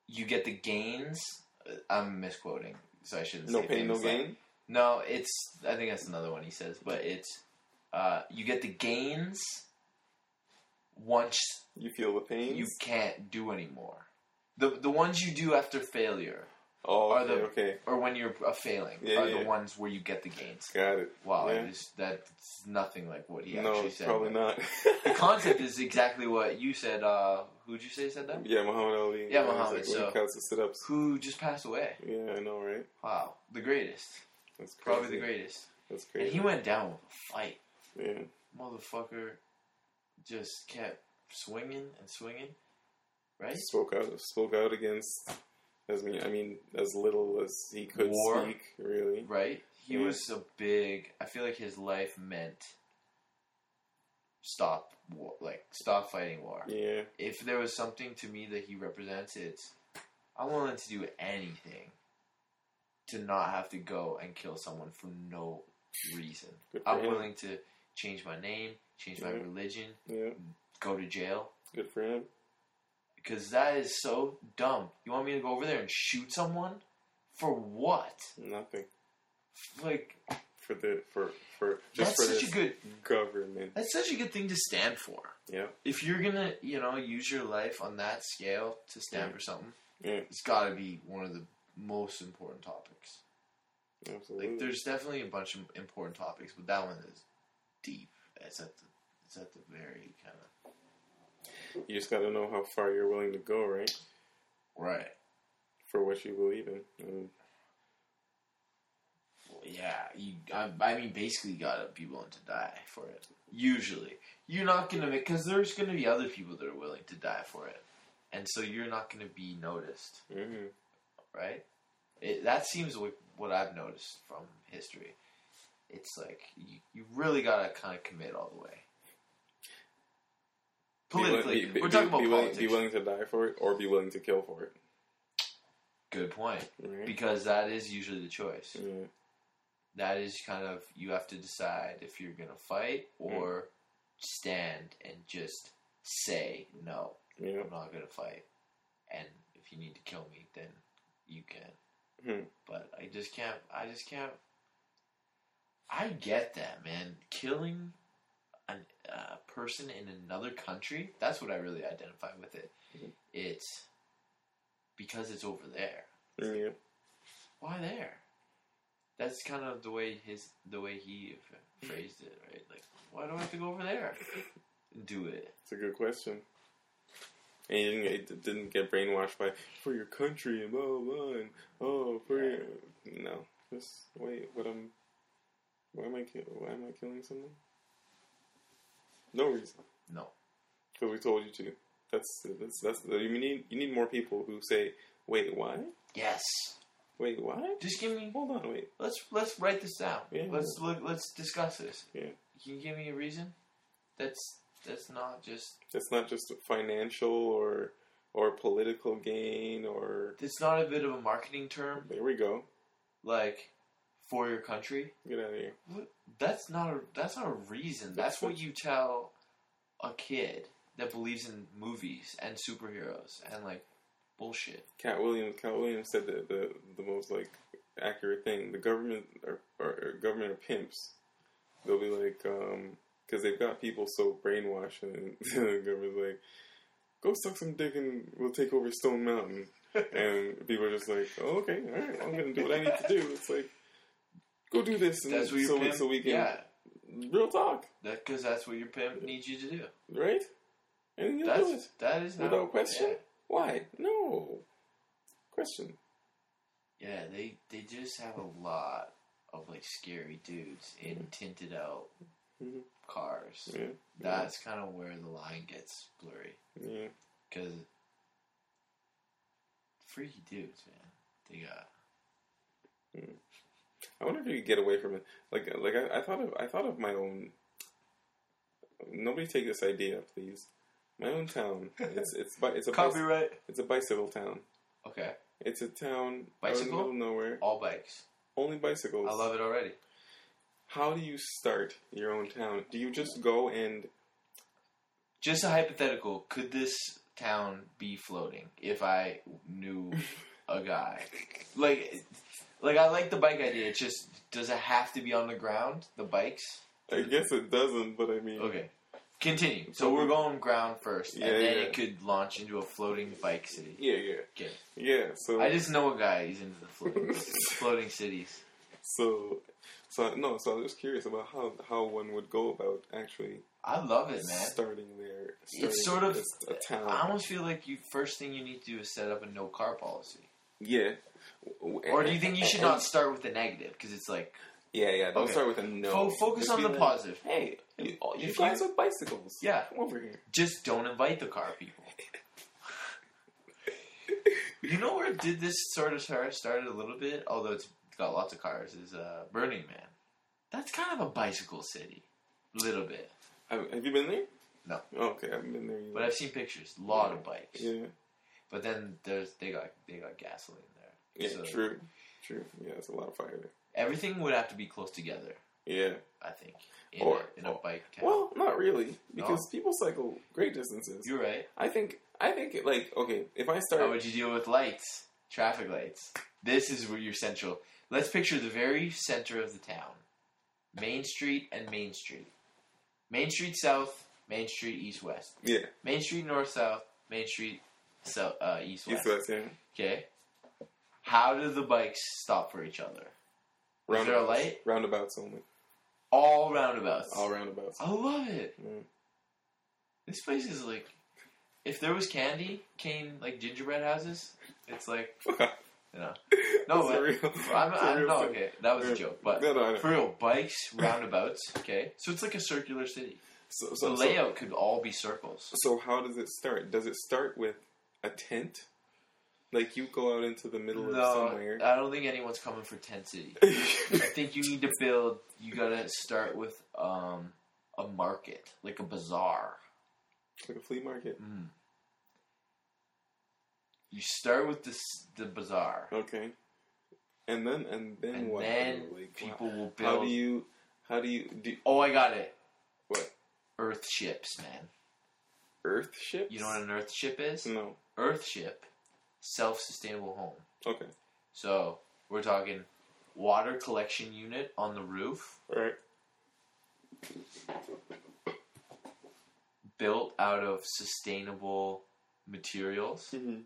S2: "You get the gains." Uh, I'm misquoting, so I shouldn't.
S1: no
S2: say
S1: pain, no
S2: famous line.
S1: gain.
S2: No, it's. I think that's another one he says, but it's. Uh, you get the gains once
S1: You feel the pains.
S2: you can't do anymore. The the ones you do after failure
S1: oh,
S2: are
S1: okay,
S2: the-
S1: okay.
S2: or when you're uh, failing
S1: Yeah,
S2: are
S1: yeah,
S2: the
S1: yeah.
S2: ones where you get the gains.
S1: Got it.
S2: Wow,
S1: Yeah.
S2: it's, that's nothing like what he
S1: no,
S2: actually said.
S1: probably not.
S2: The concept is exactly what you said. Uh, who'd you say said that?
S1: yeah, Muhammad Ali.
S2: Yeah,
S1: he's
S2: Muhammad,
S1: Like, when
S2: so-
S1: he counts the sit-ups.
S2: Who just passed away?
S1: Yeah, I know, right?
S2: Wow, the greatest,
S1: That's crazy.
S2: probably the greatest.
S1: That's
S2: And
S1: crazy.
S2: he went down with a fight.
S1: yeah.
S2: motherfucker just kept swinging and swinging, right?
S1: spoke out spoke out against as mean I mean as little as he could
S2: War.
S1: speak really.
S2: Right? He
S1: Yeah.
S2: was a big. I feel like his life meant stop war, like stop fighting war.
S1: Yeah,
S2: If there was something to me that he represents, it's I'm willing to do anything to not have to go and kill someone for no reason.
S1: good for
S2: I'm
S1: him.
S2: willing to change my name, change my
S1: Yeah.
S2: religion,
S1: Yeah,
S2: go to jail.
S1: good for him.
S2: Because that is so dumb. You want me to go over there and shoot someone? For what?
S1: Nothing
S2: Like
S1: for the for for just
S2: that's
S1: for
S2: such
S1: this
S2: a good
S1: government.
S2: that's such a good thing to stand for.
S1: Yeah,
S2: If you're gonna, you know, use your life on that scale to stand
S1: Yeah.
S2: for something,
S1: Yeah.
S2: it's gotta be one of the most important topics.
S1: absolutely.
S2: Like there's definitely a bunch of important topics, but that one is deep. It's at the it's at the very kind of
S1: you just got to know how far you're willing to go, right?
S2: Right.
S1: For what you believe in. And
S2: Well, yeah, you. I, I mean, basically, you gotta be willing to die for it. Usually, you're not gonna make because there's gonna be other people that are willing to die for it, and so you're not gonna be noticed,
S1: mhm.
S2: right? It, that seems what, what I've noticed from history. It's like you, you really gotta kind of commit all the way.
S1: Be wi-
S2: Politically,
S1: be- be-
S2: we're talking about
S1: be willing,
S2: politics.
S1: be willing to die for it, or be willing to kill for it.
S2: Good point,
S1: Right?
S2: because that is usually the choice.
S1: Yeah.
S2: that is kind of you have to decide if you're gonna fight or stand and just say no
S1: Yeah.
S2: i'm not gonna fight and if you need to kill me then you can
S1: Hmm.
S2: but i just can't i just can't i get that man killing a uh, person in another country that's what i really identify with it
S1: Mhm.
S2: it's because it's over there
S1: Yeah.
S2: why there? That's kind of the way his the way he ph- phrased it, right? Like, why do I have to go over there? and Do it.
S1: It's a good question. And you didn't get, didn't get brainwashed by for your country and blah blah, blah and oh for your, no just wait what I'm why am I kill, why am I killing someone? No reason
S2: No.
S1: because we told you to. That's that's that's you need you need more people who say wait why
S2: Yes.
S1: wait why
S2: Just give me.
S1: hold on wait
S2: Let's let's write this down.
S1: Yeah.
S2: Let's look. Let's discuss this.
S1: Yeah.
S2: Can you give me a reason? That's that's not just.
S1: it's not just financial or or political gain or
S2: It's not a bit of a marketing term
S1: there we go
S2: like for your country.
S1: get out of here
S2: That's not a that's not a reason. That's what you tell a kid that believes in movies and superheroes and like bullshit.
S1: Cat Williams. Cat Williams said the the, the most like accurate thing. The government or, or, or government are pimps. They'll be like, because they've got people so brainwashed, and the government's like, go suck some dick and we'll take over Stone Mountain. and people are just like, oh, okay, all right, I'm gonna do what I need to do. It's like, go do this, and
S2: That's what your
S1: so
S2: pimp.
S1: so we can
S2: Yeah,
S1: real talk,
S2: because that's what your pimp needs you to do.
S1: right? And you'll do
S2: That's
S1: it
S2: that is not,
S1: without question.
S2: yeah.
S1: Why? No question.
S2: Yeah. they they just have a lot of like scary dudes in tinted out
S1: Mhm.
S2: cars.
S1: Yeah.
S2: That's kind of where the line gets blurry
S1: Yeah.
S2: because freaky dudes, man. They got
S1: I wonder if you could get away from it. Like, like I, I thought of, I thought of my own. Nobody take this idea, please. My own town. It's it's bi- it's a bicy-
S2: Copyright.
S1: it's a bicycle town.
S2: Okay.
S1: It's a town out in the
S2: Bicycle?
S1: middle of nowhere.
S2: All bikes.
S1: Only bicycles.
S2: I love it already.
S1: How do you start your own town? Do you just go and
S2: Just a hypothetical. Could this town be floating if I knew a guy? Like, like I like the bike idea. It's just does it have to be on the ground? The bikes.
S1: I guess it doesn't, but I mean,
S2: Okay. Continue. So we're going ground first,
S1: Yeah,
S2: and then
S1: yeah.
S2: it could launch into a floating bike city.
S1: yeah, yeah,
S2: Okay.
S1: yeah. So
S2: I just know a guy. He's into the floating, floating cities.
S1: so so no. So I was just curious about how how one would go about actually
S2: I love it, man.
S1: starting their. Starting
S2: It's sort of-
S1: just a town.
S2: I almost feel like you first thing you need to do is set up a no car policy.
S1: yeah.
S2: Or do you think you should not start with the negative because it's like
S1: Yeah, yeah. Don't
S2: Okay.
S1: start with a no.
S2: fo- focus
S1: Just
S2: on
S1: be
S2: the
S1: like,
S2: positive.
S1: Hey, you, you
S2: If
S1: guys
S2: you-
S1: with bicycles.
S2: Yeah.
S1: come over here.
S2: Just don't invite the car people. you know where did this sort of start started a little bit, although it's got lots of cars. Is uh, Burning Man. That's kind of a bicycle city, a little bit.
S1: Have, have you been there?
S2: No.
S1: Okay, I haven't been there. Either.
S2: But I've seen pictures, a lot of bikes.
S1: yeah,
S2: But then there's they got they got gasoline there.
S1: yeah.
S2: So
S1: true, true. Yeah, it's a lot of fire there.
S2: Everything would have to be close together.
S1: Yeah.
S2: I think. In, a-
S1: Or-
S2: in a
S1: or-
S2: bike town.
S1: Well, not really, because people cycle great distances.
S2: You're right.
S1: I think, I think, like, okay, if I start,
S2: How would you deal with lights? Traffic lights. This is where you're central. Let's picture the very center of the town. Main Street and Main Street. Main Street South, Main Street East West.
S1: yeah,
S2: Main Street North South, Main Street so, uh, East
S1: east west,
S2: West.
S1: yeah,
S2: Okay. How do the bikes stop for each other? Is there a light?
S1: roundabouts only,
S2: All roundabouts.
S1: all roundabouts.
S2: I love it.
S1: Mm.
S2: This place is like, if there was candy cane like gingerbread houses, it's like you know.
S1: It's
S2: No,
S1: a
S2: but
S1: real-
S2: I'm,
S1: it's a
S2: I'm
S1: real
S2: no
S1: thing.
S2: okay. That was
S1: Yeah.
S2: a joke, but
S1: No, no, I know.
S2: for real, bikes roundabouts. Okay, so it's like a circular city.
S1: So,
S2: The
S1: so, so,
S2: layout could all be circles.
S1: so how does it start? Does it start with a tent? Like you go out into the middle of
S2: No,
S1: somewhere.
S2: I don't think anyone's coming for tent city. I think you need to build. You gotta start with um a market, like a bazaar.
S1: like a flea market.
S2: Mm. You start with this the bazaar.
S1: Okay. And then and then
S2: and
S1: what?
S2: then
S1: Like,
S2: people will
S1: how, how
S2: build.
S1: do you how do you do
S2: oh, I got it.
S1: what?
S2: Earth ships, man.
S1: Earth ships?
S2: You know what an earth ship is?
S1: No.
S2: Earth ship, self-sustainable home.
S1: Okay.
S2: So we're talking water collection unit on the roof,
S1: Alright.
S2: built out of sustainable materials.
S1: Mm-hmm.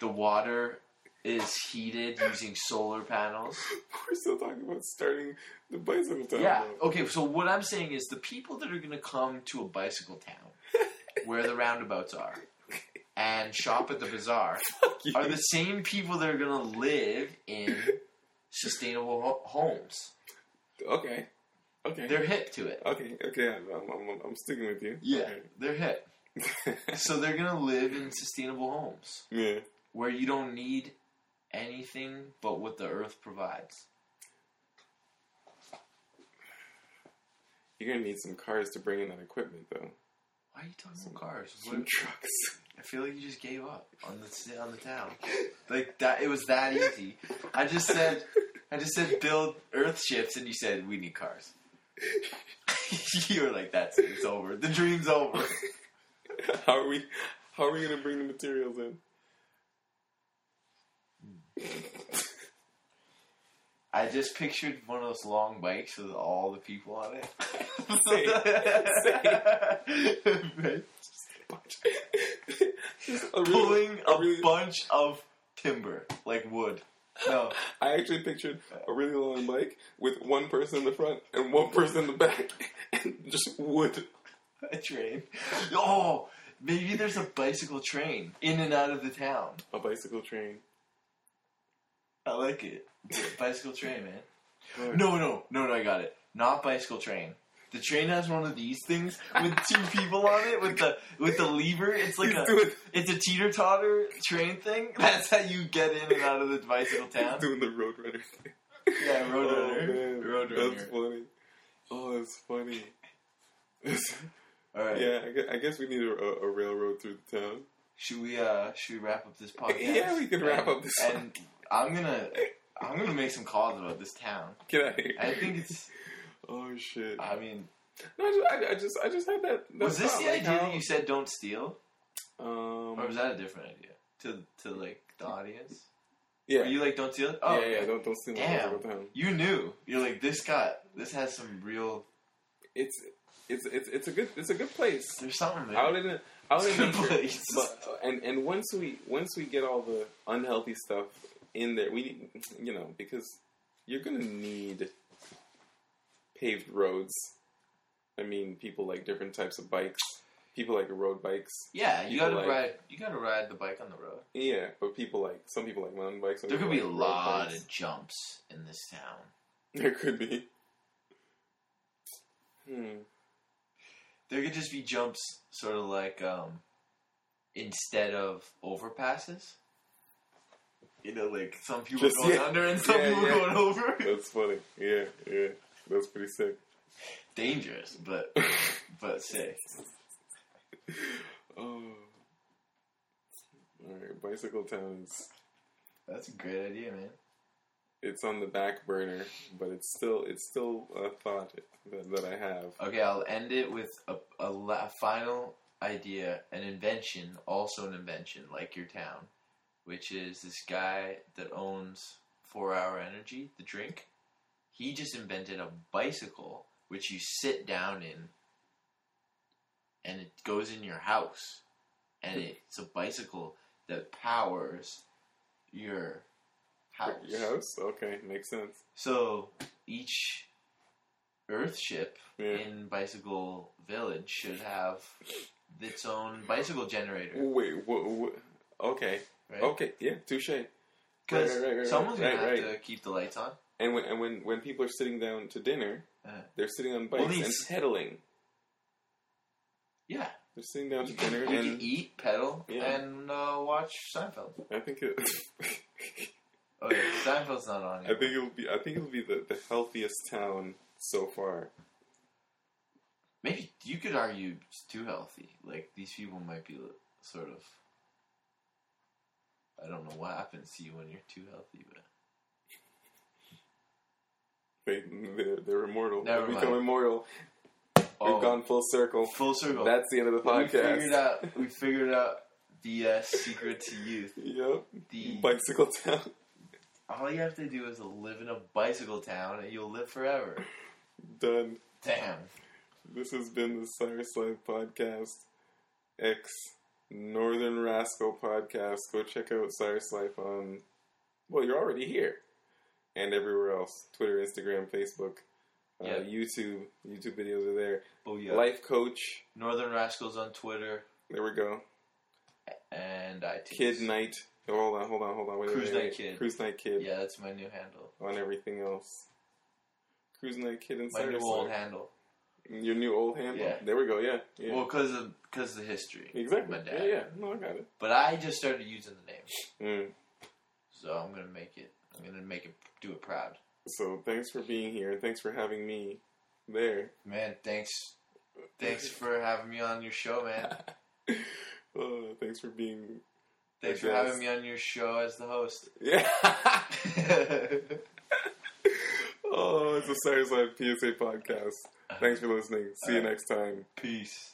S2: The water is heated using solar panels.
S1: We're still talking about starting the bicycle town.
S2: Yeah.
S1: though.
S2: Okay. So what I'm saying is the people that are going to come to a bicycle town, where the roundabouts are, and shop at the bazaar, are the same people that are going to live in sustainable ho- homes.
S1: Okay. Okay.
S2: They're hip to it.
S1: okay. Okay. I'm, I'm, I'm, I'm sticking with you. Okay.
S2: they're hip. So they're going to live in sustainable homes
S1: yeah.
S2: where you don't need anything but what the earth provides.
S1: You're gonna need some cars to bring in that equipment, though.
S2: Why are you talking about cars? What
S1: Some trucks.
S2: I feel like you just gave up on the ci- on the town. Like that, it was that easy. I just said, I just said, build Earth ships, and you said we need cars. you were like, that's it, it's over. The dream's over.
S1: how are we? How are we gonna bring the materials in?
S2: I just pictured one of those long bikes with all the people on it.
S1: A really-
S2: Pulling
S1: a
S2: a
S1: really-
S2: bunch of timber, like wood. No.
S1: I actually pictured a really long bike with one person in the front and one person in the back, and just wood.
S2: A train. Oh, maybe there's a bicycle train in and out of the town.
S1: A bicycle train.
S2: I like it. Bicycle train, man. No, no, no, no, I got it. Not bicycle train. The train has one of these things with two people on it with the with the lever. It's like
S1: He's
S2: a
S1: doing,
S2: it's a teeter totter train thing. That's how you get in and out of the bicycle town.
S1: he's doing the Roadrunner thing. Oh,
S2: Yeah, Roadrunner.
S1: man,
S2: Roadrunner.
S1: That's funny. Oh, that's funny.
S2: All right.
S1: yeah, I gue- I guess we need a, a, a railroad through the town.
S2: Should we uh should we wrap up this podcast?
S1: Yeah, we can wrap
S2: And-
S1: up this
S2: And I'm gonna I'm gonna make some calls about this town.
S1: Get out of here.
S2: I think it's.
S1: Oh shit!
S2: I mean,
S1: no, I, just, I, I just, I just had that. that
S2: was this
S1: thought,
S2: the
S1: like,
S2: idea
S1: how-
S2: that you said don't steal,
S1: Um,
S2: or was that a different idea to to like the audience?
S1: yeah,
S2: Were you like don't steal? it? Oh,
S1: yeah, yeah. Don't don't steal my
S2: Damn.
S1: bicycle town.
S2: You knew. You're like this got this has some real.
S1: It's it's it's it's a good it's a good place.
S2: There's something there.
S1: Out in the out in
S2: Good
S1: nature.
S2: place.
S1: But, uh, and and once we once we get all the unhealthy stuff in there, we need you know because you're gonna need paved roads. I mean, people like different types of bikes. People like road bikes.
S2: yeah, you
S1: people
S2: gotta
S1: like-
S2: ride. You gotta ride the bike on the road.
S1: Yeah, but people like some people like mountain bikes. some
S2: There could
S1: people
S2: be a
S1: like road
S2: lot
S1: bikes.
S2: of jumps in this town.
S1: There could be. Hmm.
S2: There could just be jumps, sort of like um, instead of overpasses. You know, like some people
S1: Just-
S2: going
S1: yeah.
S2: under and some
S1: Yeah,
S2: people
S1: yeah.
S2: going over.
S1: That's funny. Yeah, yeah. That's pretty sick.
S2: Dangerous, but but safe.
S1: oh. All right, Bicycle Town is
S2: That's a great idea, man.
S1: it's on the back burner, but it's still it's still a thought that, that I have.
S2: Okay, I'll end it with a, a la- final idea, an invention, also an invention, like your town, which is this guy that owns Four Hour Energy, the drink. He just invented a bicycle which you sit down in, and it goes in your house, and it's a bicycle that powers your house.
S1: Your house? Okay, makes sense.
S2: So each Earth ship
S1: Yeah.
S2: in Bicycle Village should have its own bicycle generator,
S1: Wait, what, Okay,
S2: right?
S1: okay, yeah, touche. Right,
S2: Because
S1: right, right, right,
S2: someone's
S1: right,
S2: gonna
S1: right.
S2: have to keep the lights on.
S1: And when and when when people are sitting down to dinner,
S2: Uh-huh.
S1: they're sitting on
S2: Well,
S1: bikes and
S2: these-
S1: pedaling.
S2: Yeah,
S1: They're sitting down to
S2: you can,
S1: dinner,
S2: you
S1: and
S2: can eat, pedal,
S1: Yeah.
S2: and uh, watch Seinfeld.
S1: I think it.
S2: Oh, yeah, Seinfeld's not on.
S1: I
S2: Anymore.
S1: think it'll be. I think it'll be the, the healthiest town so far.
S2: Maybe you could argue it's too healthy. Like these people might be sort of. I don't know what happens to you when you're too healthy, but
S1: They they're, they're immortal.
S2: Never
S1: they
S2: mind.
S1: become immortal.
S2: Oh,
S1: We've gone full circle.
S2: full circle.
S1: That's the end of the
S2: We figured
S1: podcast.
S2: out. We figured out the uh, secret to youth.
S1: Yep.
S2: The
S1: Bicycle town.
S2: all you have to do is live in a bicycle town, and you'll live forever.
S1: Done.
S2: Damn.
S1: This has been the Cyrus Live podcast. X Northern Rascal podcast. Go check out Cyrus Life on. Well, you're already here, and everywhere else: Twitter, Instagram, Facebook, uh,
S2: Yeah.
S1: YouTube. YouTube videos are there.
S2: Oh yeah.
S1: Life Coach.
S2: Northern Rascals on Twitter
S1: There we go.
S2: and iTunes.
S1: Kid Night. Oh, hold on, hold on, hold on. Wait, wait,
S2: Cruise
S1: wait,
S2: Night
S1: wait.
S2: Kid.
S1: Cruise Night Kid
S2: Yeah, that's my new handle.
S1: on everything else. Cruise Night Kid and
S2: My new
S1: Cyrus
S2: old
S1: Life.
S2: handle.
S1: Your new old handle?
S2: Yeah.
S1: There we go, yeah. yeah.
S2: Well, because of because the history.
S1: exactly.
S2: My dad.
S1: Yeah, yeah. No, I got it.
S2: But I just started using the name,
S1: Mm.
S2: so I'm gonna make it. I'm gonna make it. Do it proud,
S1: So thanks for being here. Thanks for having me there.
S2: man. Thanks. Thanks for having me on your show, man.
S1: Uh, thanks for being.
S2: Thanks for
S1: Yes.
S2: having me on your show as the host.
S1: Yeah. oh, it's a Cyrus Live PSA podcast. Thanks for listening. See you next time.
S2: Peace.